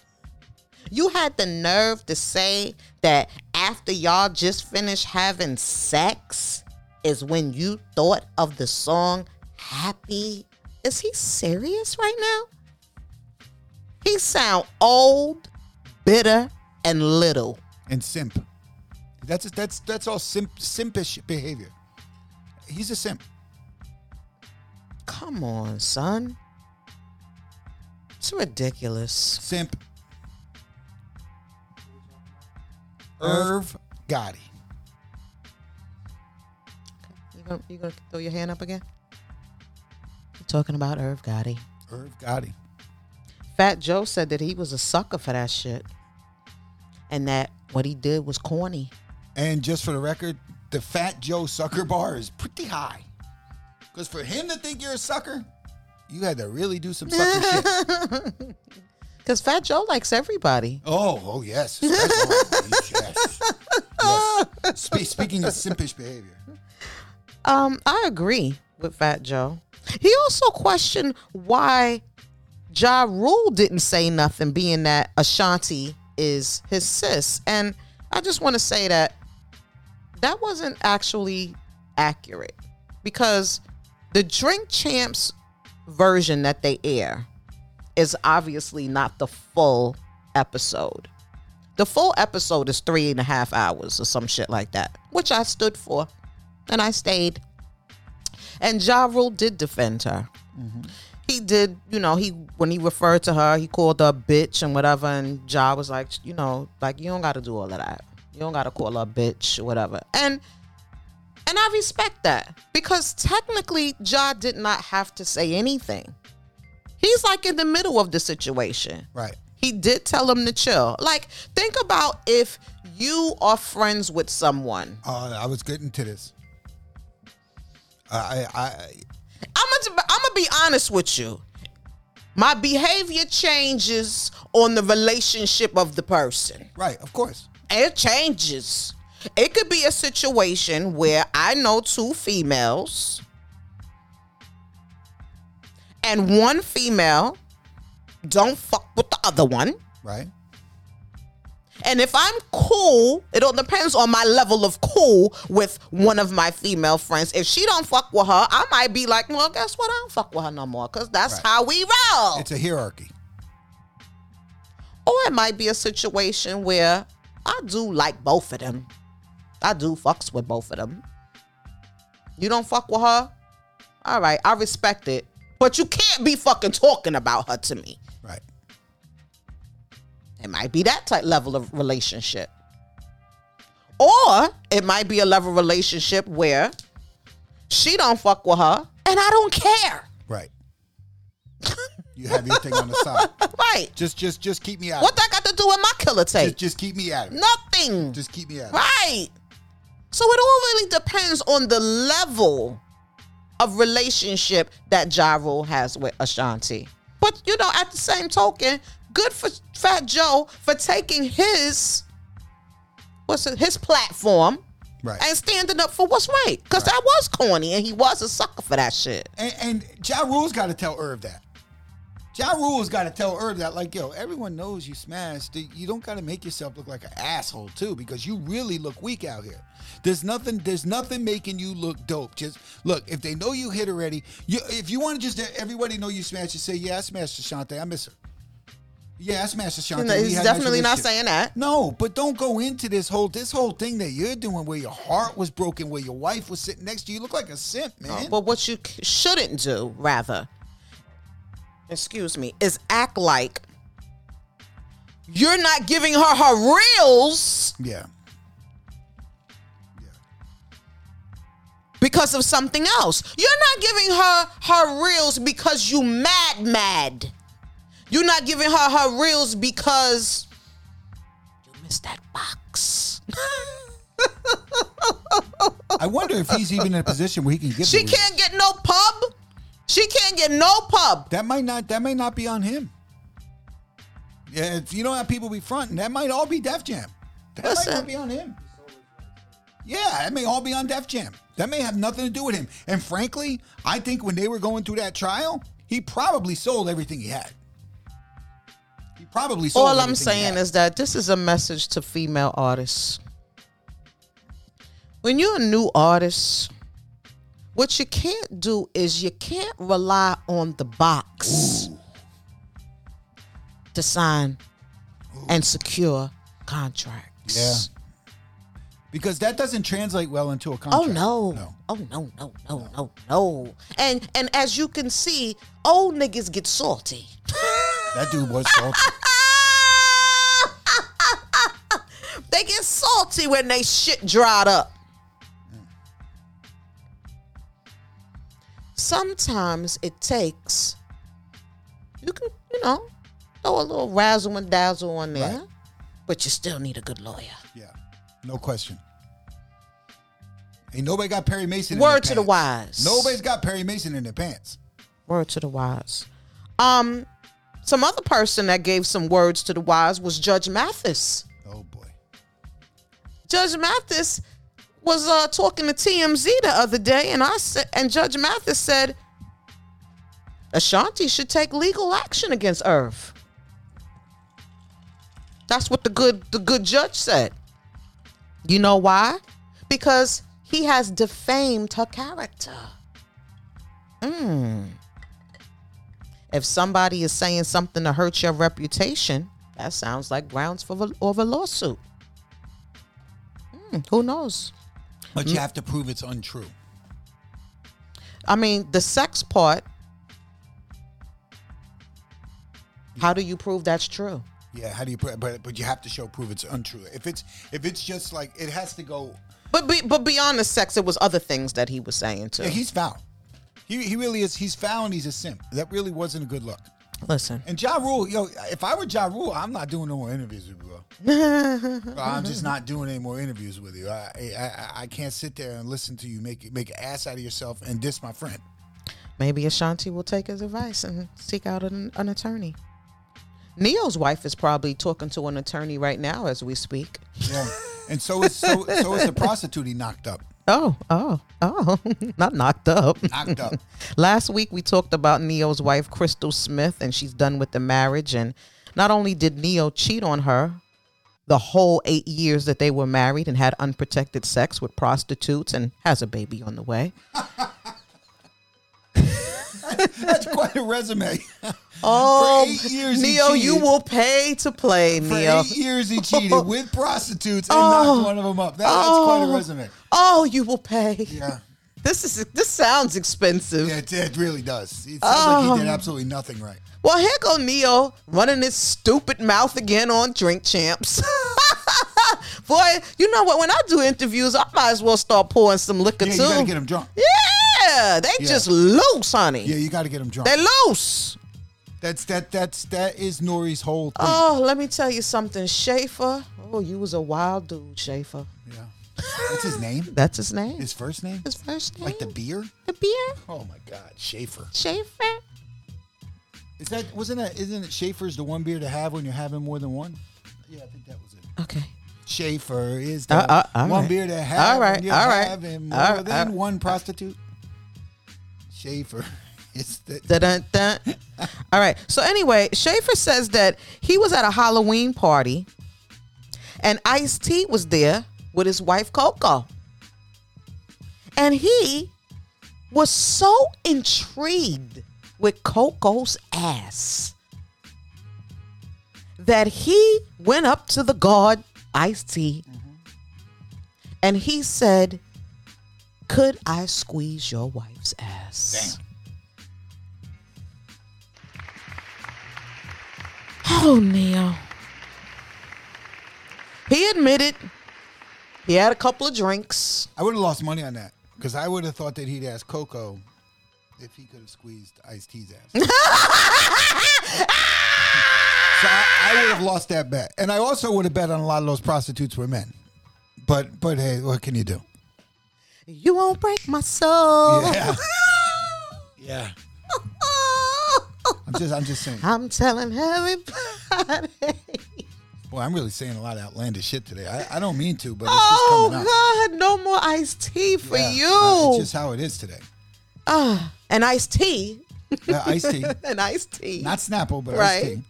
You had the nerve to say that after y'all just finished having sex is when you thought of the song Happy? Is he serious right now? He sound old, bitter, and little.
and simp. That's that's that's all simp simpish behavior. He's a simp.
Come on, son. It's ridiculous.
Simp. Irv Gotti.
You gonna you gonna throw your hand up again? You're talking about Irv Gotti.
Irv Gotti.
Fat Joe said that he was a sucker for that shit, and that what he did was corny.
And just for the record, the Fat Joe sucker bar is pretty high. Cause for him to think you're a sucker, you had to really do some sucker shit.
Cause Fat Joe likes everybody.
Oh, oh yes. Especially- yes. yes. Spe- speaking of simpish behavior.
Um, I agree with Fat Joe. He also questioned why Ja Rule didn't say nothing, being that Ashanti is his sis. And I just want to say that that wasn't actually accurate because the Drink Champs version that they air is obviously not the full episode. The full episode is three and a half hours or some shit like that, which I stood for and I stayed. And Ja Rule did defend her. he did, you know, he when he referred to her, he called her a bitch and whatever. And Ja was like, you know, like you don't got to do all of that. You don't got to call her a bitch or whatever. And and I respect that because technically Ja did not have to say anything. He's like in the middle of the situation.
Right.
He did tell him to chill. Like, think about if you are friends with someone.
Uh, I was getting to this. I, I, I
I'm gonna I'm gonna be honest with you. My behavior changes on the relationship of the person.
right, of course.
It changes. It could be a situation where I know two females, and one female don't fuck with the other one.
Right.
And if I'm cool, it all depends on my level of cool with one of my female friends. If she don't fuck with her, I might be like, well, guess what? I don't fuck with her no more because that's
Right.
how we roll.
It's a hierarchy.
or it might be a situation where I do like both of them. I do fucks with both of them. You don't fuck with her? All right, I respect it. But you can't be fucking talking about her to me.
Right.
It might be that type level of relationship. Or it might be a level of relationship where she don't fuck with her and I don't care.
Right. you have your thing on the side.
Right.
Just, just, just keep me out.
What
of it.
that got to do with my killer
Just,
tape?
just keep me out of it.
Nothing.
Just keep me out. Of it.
Right. So it all really depends on the level of relationship that Ja Rule has with Ashanti. But you know, at the same token, good for Fat Joe for taking his what's it, his platform
Right.
and standing up for what's right. Because that was corny and he was a sucker for that shit.
And, and Ja Rule's got to tell Irv that. Ja Rule's got to tell Irv that, like, yo, everyone knows you smashed. You don't got to make yourself look like an asshole too, because you really look weak out here. There's nothing. There's nothing making you look dope. Just look. If they know you hit already, you, if you want to just let everybody know you smashed, you say, yeah, I smashed Ashante. I miss her. Yeah, I smashed Ashante. We
he's
had a nice
definitely not
relationship."
saying that.
No, but don't go into this whole this whole thing that you're doing, where your heart was broken, where your wife was sitting next to you. You look like a simp, man.
Oh, But what you c- shouldn't do, rather, excuse me, is act like you're not giving her her reels
yeah.
because of something else. You're not giving her her reels because you mad mad. You're not giving her her reels because you missed that box.
I wonder if he's even in a position where he can get.
she
the reason.
can't get no pub. She can't get no pub.
That might not. That may not be on him. Yeah, if you don't have people be fronting, that might all be Def Jam. That
Listen.
might not be on him. Yeah, that may all be on Def Jam. That may have nothing to do with him. And frankly, I think when they were going through that trial, he probably sold everything he had. He probably sold.
All I'm
everything he
saying
had.
is that this is a message to female artists. When you're a new artist, what you can't do is you can't rely on the box to sign and secure contracts.
Yeah. because that doesn't translate well into a contract.
Oh no.
no.
Oh no, no, no, no, no. And and as you can see, old niggas get salty.
That dude was salty.
they get salty when they shit dried up. Sometimes it takes you can, you know, throw a little razzle and dazzle on there,
Right.
but you still need a good lawyer.
Yeah, no question. Ain't nobody got Perry Mason. in
Word
their
to the
pants.
wise.
Nobody's got Perry Mason in their pants.
Word to the wise. Um, some other person that gave some words to the wise was Judge Mathis.
Oh boy.
Judge Mathis was uh, talking to TMZ the other day, and I said, and Judge Mathis said, Ashanti should take legal action against Irv. That's what the good the good judge said. You know why? Because he has defamed her character. Mm. If somebody is saying something to hurt your reputation, that sounds like grounds for a, of a lawsuit. Mm, who knows?
But
Hmm?
you have to prove it's untrue.
I mean, the sex part How do you prove that's true?
Yeah, how do you pr- but but you have to show proof it's untrue. If it's if it's just like it has to go
But be, but beyond the sex, it was other things that he was saying too.
yeah, he's foul. He he really is he's foul and he's a simp. That really wasn't a good look.
Listen,
And Ja Rule, yo, if I were Ja Rule, I'm not doing no more interviews with you, bro. Bro, I'm just not doing any more interviews with you. I, I I- I can't sit there and listen to you make make an ass out of yourself and diss my friend.
maybe Ashanti will take his advice and seek out an, an attorney. Neo's wife is probably talking to an attorney right now as we speak.
Yeah. and so is so so is the prostitute he knocked up.
Oh, oh, oh, not knocked up.
Knocked up.
Last week we talked about Neo's wife, Crystal Smith, and she's done with the marriage. And not only did Neo cheat on her the whole eight years that they were married and had unprotected sex with prostitutes and has a baby on the way.
That's quite a resume.
Oh,
eight years he
Neo, you
cheated.
will pay to play,
For
Neo.
eight years he cheated with prostitutes and knocked one of them up. That, That's quite a resume.
Oh, you will pay.
Yeah.
This is this sounds expensive.
Yeah, it, it really does. It sounds like
Oh.
he did absolutely nothing right.
Well, here go Neo running his stupid mouth again on Drink Champs. Boy, you know what? When I do interviews, I might as well start pouring some liquor
Yeah, you
too.
gotta get him drunk.
Yeah, they
Yeah.
just loose, honey.
Yeah, you gotta get him drunk.
They loose.
That's that that's that is Nori's whole thing.
Oh, let me tell you something, Schaefer. Oh, you was a wild dude, Schaefer.
Yeah. That's his name?
That's his name.
His first name?
his first name.
Like the beer?
the beer,
Oh my God, Schaefer.
Schaefer.
Is that wasn't that isn't it Schaefer's the one beer to have when you're having more than one? Yeah, I think that was it.
Okay.
Schaefer is the
Uh, uh, all
one
right.
beer to have
All right,
when you're
all right,
having more
all right,
than
all right.
one prostitute. Schaefer. It's the
Dun, dun, dun. All right. So anyway, Schaefer says that he was at a Halloween party, and Ice T was there with his wife Coco, and he was so intrigued with Coco's ass that he went up to the guard Ice T, and he said, "Could I squeeze your wife's ass?" Oh, Neil. He admitted he had a couple of drinks.
I would have lost money on that because I would have thought that he'd ask Coco if he could have squeezed Ice T's ass. so I, I would have lost that bet, and I also would have bet on a lot of those prostitutes were men. But but hey, what can you do?
You won't break my soul.
Yeah. Yeah, I'm just I'm just saying.
I'm telling everybody.
Well, I'm really saying a lot of outlandish shit today. I, I don't mean to, but it's just coming out.
Oh, God. No more iced tea for
Yeah, uh, it's
you.
just how it is today.
Ah, and iced tea.
Yeah, iced tea,
And iced tea.
not Snapple, but iced
Right.
tea.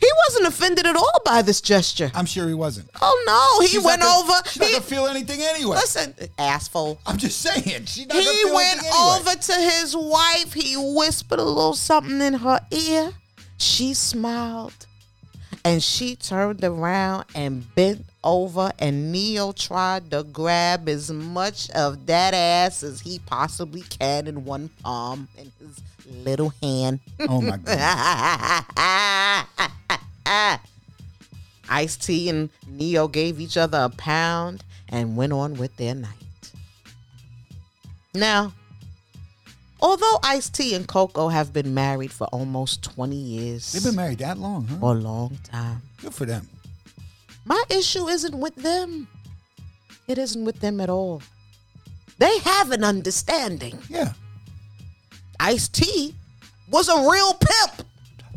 he wasn't offended at all by this gesture.
I'm sure he wasn't.
oh, no. He
She's not
went
gonna-
over.
She's not
He,
gonna feel anything anyway.
listen, asshole.
I'm just saying. She's not gonna
He
feel
went
anything anyway.
over to his wife. He whispered a little something in her ear. She smiled and she turned around and bent over. And Neo tried to grab as much of that ass as he possibly can in one palm in his little hand.
Oh my god.
Ice T and Neo gave each other a pound and went on with their night. Now, although Ice T and Coco have been married for almost 20 years
They've been married that long, huh?
or a long time,
Good for them.
my issue isn't with them. It isn't with them at all. They have an understanding.
Yeah.
Ice T was a real pimp.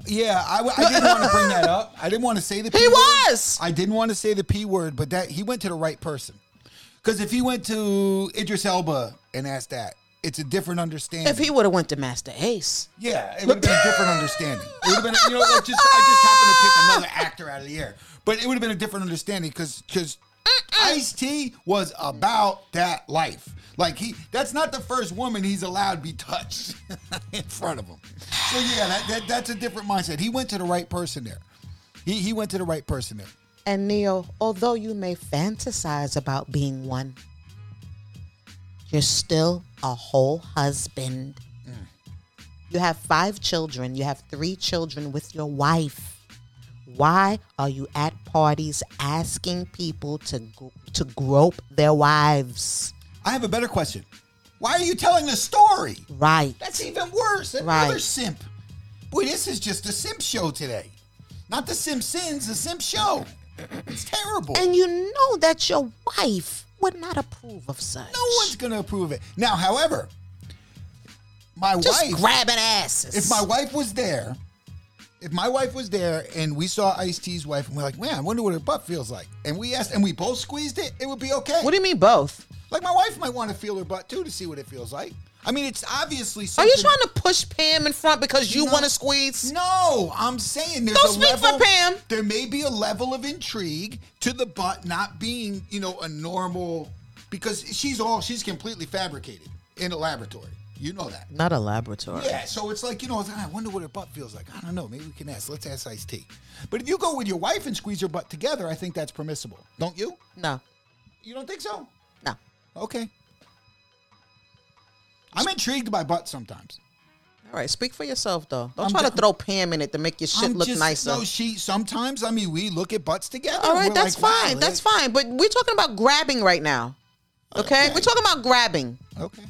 Yeah, I, w- I didn't want to bring that up. I didn't want to say the P
He
word.
was.
I didn't want to say the P word, but that he went to the right person. Because if he went to Idris Elba and asked that, it's a different understanding.
If he would have went to Master Ace.
yeah, it would have been a different understanding. It would have been, you know, like just I just happened to pick another actor out of the air, but it would have been a different understanding because because Ice T was about that life. Like he, that's not the first woman he's allowed to be touched in front of him. So yeah, that, that that's a different mindset. He went to the right person there. He he went to the right person there.
And Neil, although you may fantasize about being one, you're still a whole husband. You have five children. You have three children with your wife. Why are you at parties asking people to gro- to grope their wives?
I have a better question. Why are you telling the story?
Right.
That's even worse. Another
Right.
simp. Boy, this is just a simp show today. Not the Simpsons, the simp show. It's terrible.
And you know that your wife would not approve of such.
no one's going to approve it. Now, however, my
just
wife.
grabbing asses.
if my wife was there, if my wife was there and we saw Ice T's wife and we're like, man, I wonder what her butt feels like. And we asked, and we both squeezed it, it would be okay.
what do you mean both?
like, my wife might want to feel her butt too to see what it feels like. I mean, it's obviously
Are
something.
you trying to push Pam in front because you
No.
want to squeeze?
No, I'm saying there's
Don't
a
speak for
level.
Pam.
There may be a level of intrigue to the butt not being, you know, a normal because she's all she's completely fabricated in a laboratory. You know that.
Not a laboratory.
Yeah, so it's like, you know, it's, I wonder what her butt feels like. I don't know. Maybe we can ask. Let's ask Ice T. But if you go with your wife and squeeze your butt together, I think that's permissible. Don't you?
No,
You don't think so?
no.
Okay. I'm intrigued by butt sometimes.
All right, speak for yourself though. Don't
I'm
try
ju-
to throw Pam in it to make your shit
I'm
look
just-
nicer.
No, she sometimes, I mean, we look at butts together.
All
and
right,
we're
that's
like, wow,
fine. that's
that-
fine. But we're talking about grabbing right now. Okay?
Okay.
We're talking about grabbing.
Okay.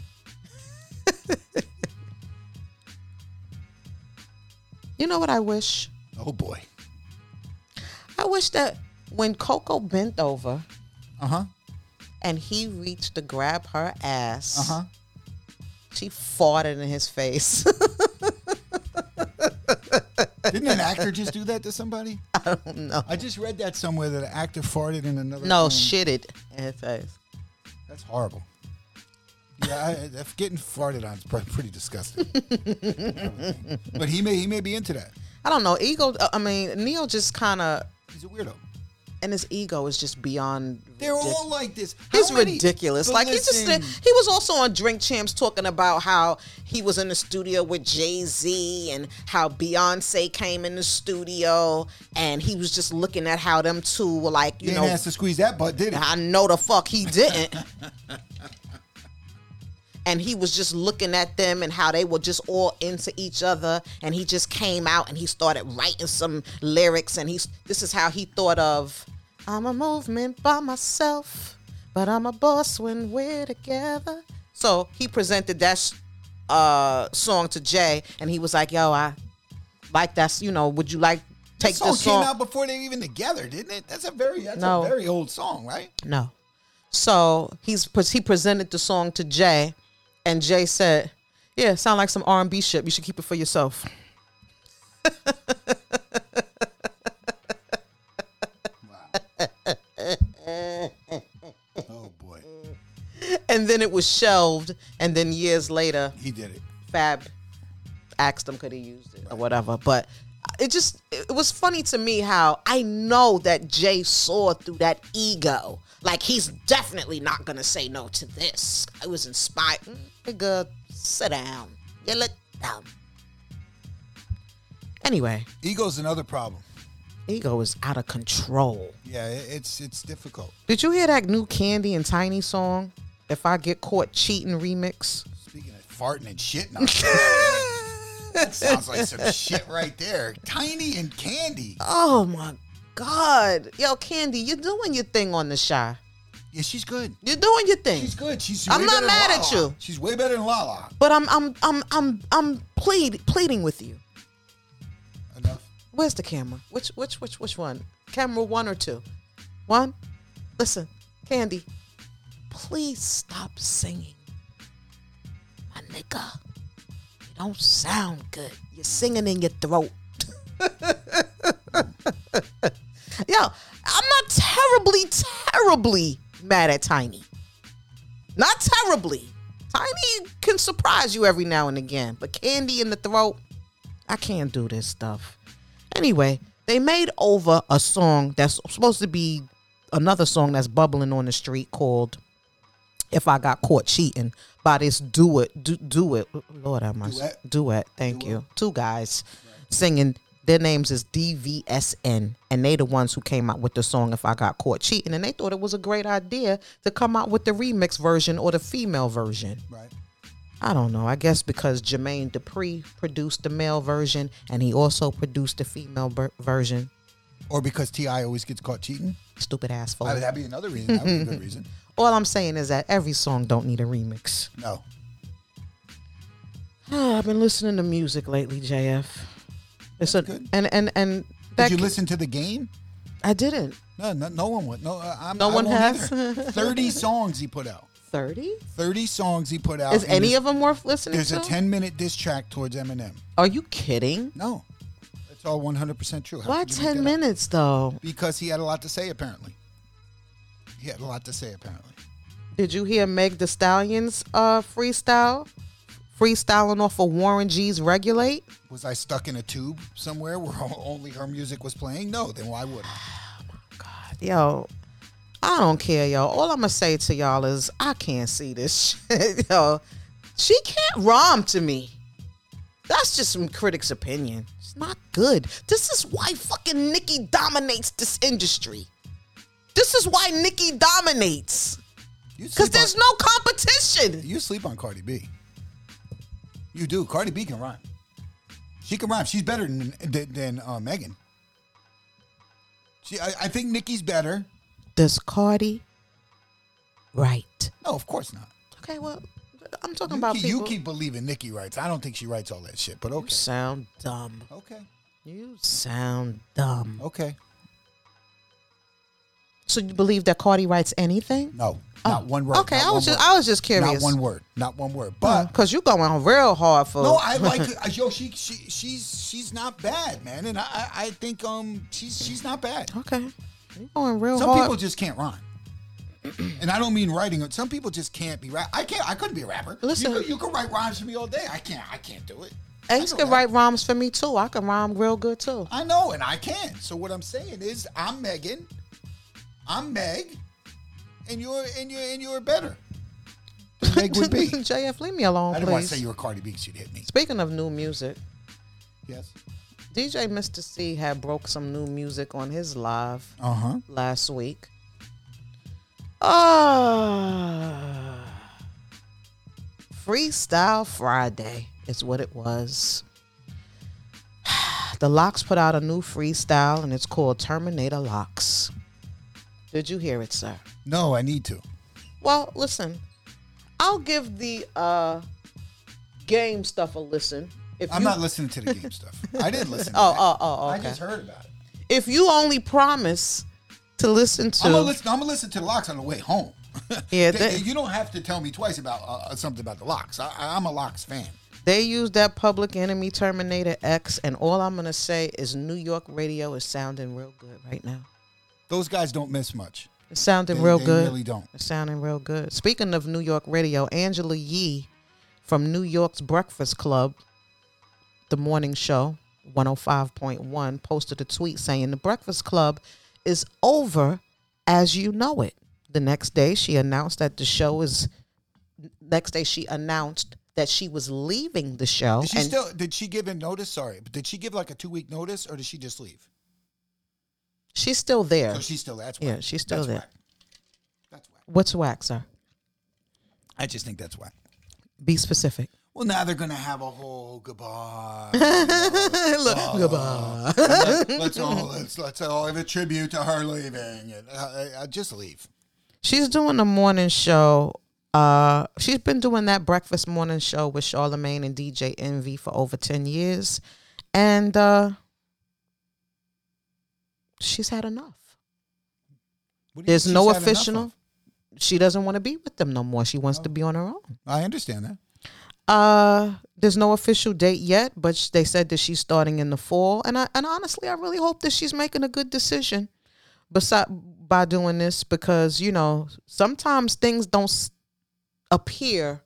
You know what I wish?
Oh, boy.
I wish that when Coco bent over
Uh huh.
and he reached to grab her ass,
uh-huh.
she farted in his face.
Didn't an actor just do that to somebody? I don't know. I just read that somewhere that an actor farted in another.
no,
room.
shitted in his face.
That's horrible. Yeah, I, if getting farted on is probably pretty disgusting. but he may he may be into that.
I don't know. Ego, I mean, Neil just kind of,
He's a weirdo.
and his ego is just beyond.
They're
ridic-
all like this. How
He's
many-
ridiculous.
but
Like he
listen,
just he was also on Drink Champs talking about how he was in the studio with Jay Z and how Beyonce came in the studio and he was just looking at how them two were like, you
didn't
know,
ask to squeeze that butt, did he?
I know the fuck he didn't. and he was just looking at them and how they were just all into each other. And he just came out and he started writing some lyrics. And he's this is how he thought of I'm a movement by myself, but I'm a boss when we're together. So he presented that s- uh, song to Jay, and he was like, "Yo, I like that's you know, would you like take
That song
this song?"
came out before they were even together, didn't it? That's a very that's
No.
a very old song, right?
No. So he's he presented the song to Jay, and Jay said, "Yeah, sound like some R and B shit. You should keep it for yourself."
Oh boy,
And then it was shelved. And then years later,
he did it.
Fab asked him could he used it or whatever. But it just it was funny to me how I know that Jay saw through that ego. Like he's definitely not gonna say no to this. I was inspired. Mm, Nigga, sit down. You look dumb. Anyway,
Ego's another problem.
ego is out of control.
Yeah, it, it's it's difficult.
Did you hear that new Candy and Tiny song? If I get caught cheating remix.
Speaking of farting and shit, now, that sounds like some shit right there. Tiny and Candy.
Oh my God. Yo, Candy, you're doing your thing on the shy.
Yeah, she's good.
You're doing your thing.
She's good. She's.
I'm
way
not
better
mad
than
at
Lala.
you.
She's way better than Lala.
But I'm I'm I'm I'm I'm plead pleading with you.
Enough.
Where's the camera? Which which which which one? Camera one or two? One? Listen, Candy, please stop singing. My nigga. You don't sound good. You're singing in your throat. Yo, I'm not terribly, terribly mad at Tiny. Not terribly. Tiny can surprise you every now and again, but Candy in the throat, I can't do this stuff. Anyway, they made over a song that's supposed to be another song that's bubbling on the street called "If I Got Caught Cheating" by this do it, do, do it. Lord have mercy,
Duet?
duet. Thank you, two guys singing. Their names is DVSN, and they the ones who came out with the song "If I Got Caught Cheating," and they thought it was a great idea to come out with the remix version or the female version.
Right.
I don't know. I guess because Jermaine Dupri produced the male version and he also produced the female ver- version.
Or because Ti always gets caught cheating.
Stupid ass
I mean,
asshole.
that'd be another reason. That would be a good reason.
All I'm saying is that every song don't need a remix.
No.
I've been listening to music lately, JF. It's a,
good.
and and and
Did
that
you
c-
listen to the game?
I didn't.
No, no, no one would. No, uh, I'm,
No
I
one
won't
has?
either. Thirty songs he put out.
Thirty?
Thirty songs he put out.
Is
and
any
there's-
of them worth listening
Oh, There's
to?
a ten-minute diss track towards Eminem.
Are you kidding?
No, it's all 100 percent true. How
Why
could you make that
ten
up?
minutes though?
Because he had a lot to say. Apparently, he had a lot to say. Apparently,
Did you hear Meg The Stallion's uh, freestyle? Freestyling off of Warren G's "Regulate."
was I stuck in a tube somewhere where only her music was playing? No, then why would I?
Yo, I don't care, yo. All I'm gonna say to y'all is I can't see this shit, yo. She can't rhyme to me. That's just some critic's opinion. It's not good. This is why fucking Nikki dominates this industry. This is why Nikki dominates.
You
Cause
sleep,
there's
on,
no competition.
you sleep on Cardi B. You do. Cardi B can rhyme. She can rhyme. She's better than than, than uh, Megan. She, I, I think Nikki's better.
Does Cardi right?
No, of course not.
Okay, well, I'm talking
You,
about
keep,
people.
you keep believing Nikki writes. I don't think she writes all that shit. But
You
okay,
sound dumb.
okay,
You sound dumb.
okay.
So you believe that Cardi writes anything?
No, not one word.
Oh. Okay,
not
I was
one
just
word.
I was just curious. Oh.
Not one word. Not one word. But
Cause you going real hard for
No, I like her. yo. She she she's she's not bad, man, and I I I think um she's she's not bad.
Okay. You going real
Some
hard.
people just can't rhyme, and I don't mean writing. it. Some people just can't be rap. I can't. I couldn't be a rapper.
Listen.
you could, you could write rhymes for me all day. I can't. I can't do it.
Ace
I
can
can
write rhymes for me too. I can rhyme real good too.
I know, and I can. So what I'm saying is, I'm Megan, I'm Meg, and you're and you're and you're better. than Meg would be.
JF, leave me alone,
I didn't want
please.
to say you were Cardi B. 'cause You'd hit me.
Speaking of new music,
Yes.
DJ Mr. C had broke some new music on his live
Uh huh.
last week. Ah, Freestyle Friday is what it was. The Locks put out a new freestyle and it's called Terminator Locks. Did you hear it, sir?
No, I need to.
Well, listen, I'll give the uh, game stuff a listen. If
I'm
you,
not listening to the game stuff. I didn't listen. To
Oh,
that.
oh, oh,
I
okay.
just heard about it.
if you only promise to listen to,
I'm gonna listen. I'm gonna listen to the locks on the way home.
Yeah,
They-
that-
you don't have to tell me twice about uh, something about the locks. I, I- I'm a locks fan.
They used that public enemy Terminator X, and all I'm gonna say is New York radio is sounding real good right now.
Those guys don't miss much.
It's sounding
They-
real
they
good.
really don't.
It's sounding real good. Speaking of New York radio, Angela Yee from New York's Breakfast Club, the morning show, 105.1, posted a tweet saying the Breakfast Club is over as you know it. The next day, she announced that the show is. Next day, she announced that she was leaving the show.
Did she
Oh, and-
still? Did she give a notice? Sorry, but did she give like a two week notice, or did she just leave?
She's still there.
So she's still. That's whack.
yeah, she's still
That's
there.
whack. That's whack.
What's wax, sir?
I just think that's whack.
Be specific.
Well, now they're gonna have a whole goodbye.
Look,
Let, us all let's let's all have a tribute to her leaving, and uh, uh, just leave.
She's doing a morning show. Uh, she's been doing that breakfast morning show with Charlemagne and DJ Envy for over ten years, and uh, she's had enough.
What do you
There's
think
no
she's had enough
official.
of?
She doesn't want to be with them no more. She wants to be on her own.
I understand that.
Uh, there's no official date yet, but sh- they said that she's starting in the fall. And I and honestly, I really hope that she's making a good decision. Beside by doing this, because you know sometimes things don't s- appear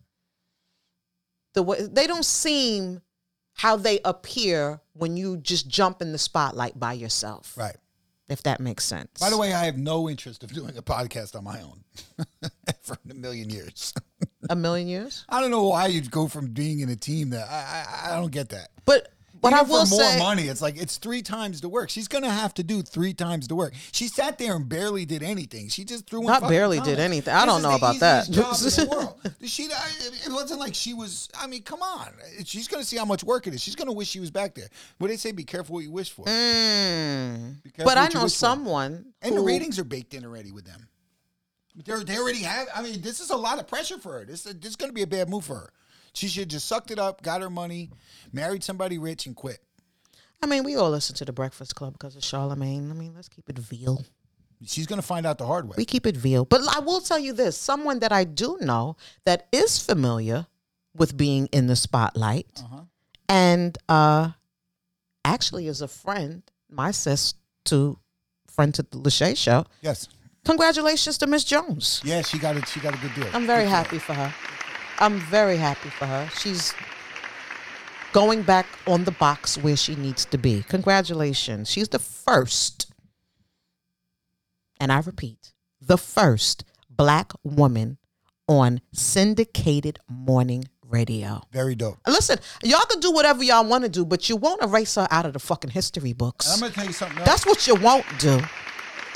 the way they don't seem how they appear when you just jump in the spotlight by yourself.
Right.
If that makes sense.
By the way, I have no interest of doing a podcast on my own for a million years.
a million years.
I don't know why you'd go from being in a team that I I, I don't get that.
But But I
Even
will
for more
say-
money, it's like it's three times the work. She's gonna have to do three times the work. She sat there and barely did anything. She just threw in
Not
fucking
barely did
comments.
anything. I
This
don't
is
know
the
about that.
easiest job in the world. She, I, it wasn't like she was. I mean, come on. She's gonna see how much work it is. She's gonna wish she was back there. What they say? Be careful what you wish for. Be careful
mm, But I
what you
know
wish for.
someone.
And the
who-
ratings are baked in already with them. They're, they already have. I mean, this is a lot of pressure for her. This, this is going to be a bad move for her. She should have just sucked it up, got her money, married somebody rich, and quit.
I mean, we all listen to the Breakfast Club because of Charlemagne. I mean, let's keep it veal.
She's going to find out the hard way.
We keep it veal. But I will tell you this someone that I do know that is familiar with being in the spotlight and uh, actually is a friend, my sis to friend to the Lachey show.
yes.
Congratulations to Miss Jones.
Yeah, she got it. She got a good deal.
I'm very happy for her. I'm very happy for her. She's going back on the box where she needs to be. Congratulations. She's the first, and I repeat, the first black woman on syndicated morning radio.
Very dope.
Listen, y'all can do whatever y'all want to do, but you won't erase her out of the fucking history
And I'm
books.
going to tell you something else.
That's what you won't do.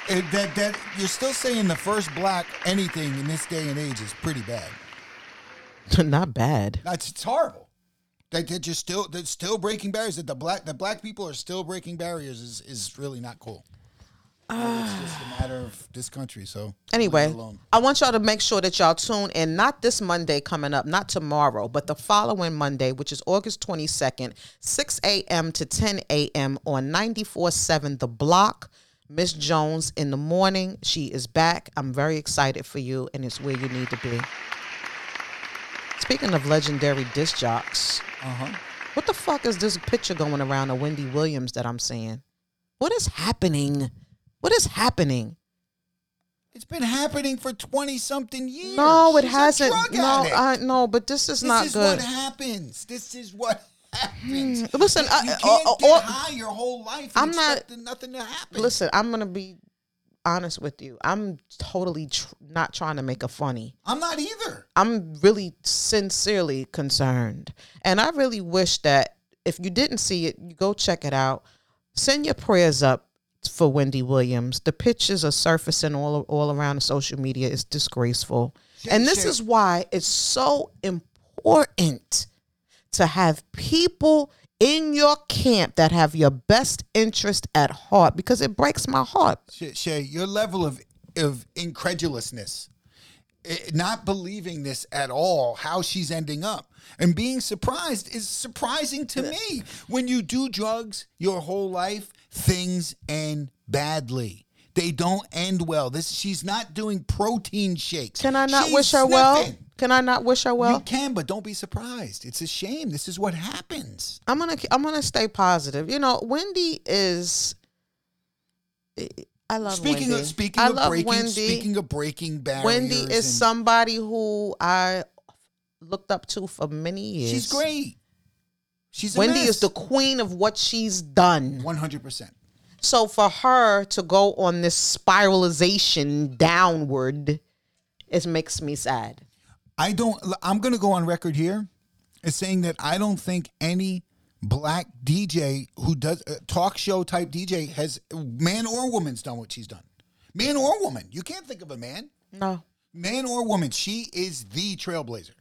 Eh, that, that you're still saying the first black anything in this day and age is pretty bad.
Not bad.
That's it's horrible. That they're just still they're still breaking barriers. That the black that black people are still breaking barriers is is really not cool. it's just a matter of this country. So
Ah. Anyway,
leave it alone.
I want y'all to make sure that y'all tune in, not this Monday coming up, not tomorrow, but the following Monday, which is August 22nd, 6 a.m. to 10 a.m. on 94.7 The Block. Miss Jones in the morning. She is back. I'm very excited for you, and it's where you need to be. Speaking of legendary disc jocks,
Uh-huh.
what the fuck is this picture going around of Wendy Williams that I'm seeing? What is happening? What is happening?
It's been happening for twenty something years.
No, it
She's a
hasn't.
drug
No,
addict.
I no, but this is
this
not
is
good.
what happens. This is what happens.
Listen, I,
you can't
uh, uh,
get
uh,
high your whole life.
I'm
I'm
not-
not nothing to happen.
listen, I'm gonna be honest with you. I'm totally tr- not trying to make a funny.
I'm not either.
I'm really sincerely concerned, and I really wish that if you didn't see it, you go check it out. Send your prayers up for Wendy Williams. The pictures are surfacing all all around the social media. It's disgraceful, and this
shit.
is why it's so important. to have people in your camp that have your best interest at heart because it breaks my heart.
Shay, Shay, your level of of incredulousness, i- not believing this at all, how she's ending up, and being surprised is surprising to me. When you do drugs your whole life, things end badly. They don't end well. This she's not doing protein shakes.
Can I not
She's
wish her well?
sniffing.
Can I not wish her
you
well?
can, but don't be surprised. It's a shame. This is what happens.
I'm gonna I'm gonna stay positive. You know, Wendy is. I love
Speaking
Wendy.
of speaking
I
of
love
breaking
Wendy.
speaking of breaking barriers.
Wendy
and-
is somebody who I looked up to for many years.
She's great. She's a
Wendy
mess.
is the queen of what she's done.
One hundred percent.
So for her to go on this spiralization downward, it makes me sad.
I don't. I'm going to go on record here as saying that I don't think any black DJ who does uh, talk show type DJ has man or woman's done what she's done. Man or woman, you can't think of a man,
No.
man or woman. She is the trailblazer.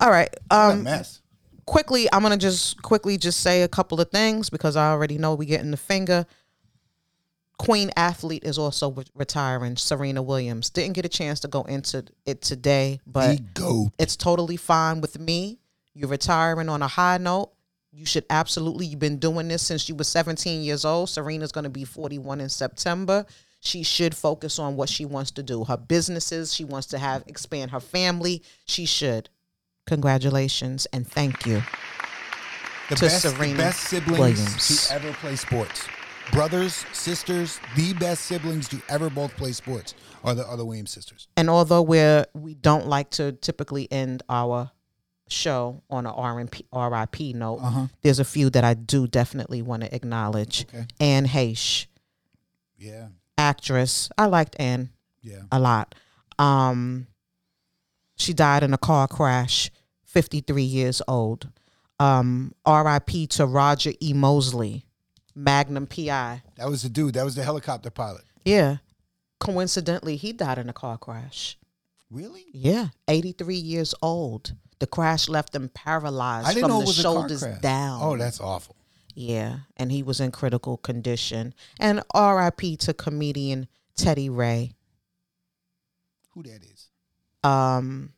All right.
What a
Um,
mess.
quickly, I'm gonna just quickly just say a couple of things because I already know we getting the finger. Queen athlete is also re- retiring. Serena Williams didn't get a chance to go into it today, but
The goat.
It's totally fine with me. You're retiring on a high note. You should absolutely, you've been doing this since you were 17 years old. Serena's going to be 41 in September. She should focus on what she wants to do her businesses. She wants to have, expand her family. She should. Congratulations and thank you.
the
to
best, the
Serena
best siblings
Williams.
to ever play sports. Brothers, sisters, the best siblings to ever both play sports are the other Williams sisters.
And although we're, we don't like to typically end our show on a R&P, RIP note, there's a few that I do definitely want to acknowledge.
Okay.
Anne Heche.
Yeah,
actress. I liked Anne
yeah.
a lot. Um, she died in a car crash, 53 years old. um, RIP to Roger E. Mosley, Magnum PI.
That was the dude. That was the helicopter pilot.
Yeah. Coincidentally, he died in a car crash.
Really?
Yeah, 83 years old. The crash left him paralyzed
I didn't
from
know
the
it was
shoulders
a car crash.
down.
Oh, that's awful.
Yeah, and he was in critical condition. And RIP to comedian Teddy Ray.
Who that is?
Um,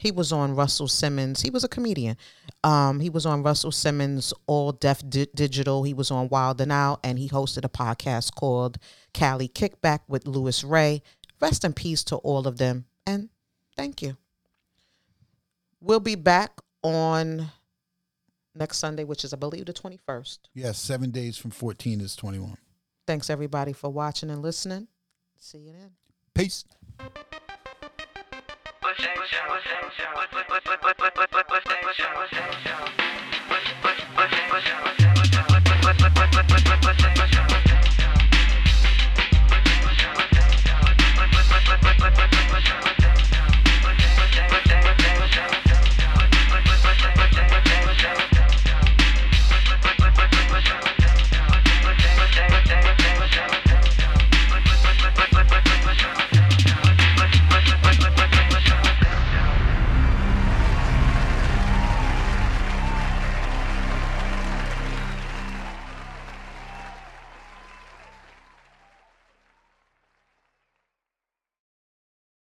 he was on Russell Simmons. He was a comedian. Um, he was on Russell Simmons All Deaf Di- Digital. He was on Wild and Out, and he hosted a podcast called Cali Kickback with Louis Ray. Rest in peace to all of them, and thank you. We'll be back on next Sunday, which is, I believe, the twenty first.
Yes, seven days from 14 is 21.
Thanks everybody for watching and listening. See you then.
Peace.
Thank you.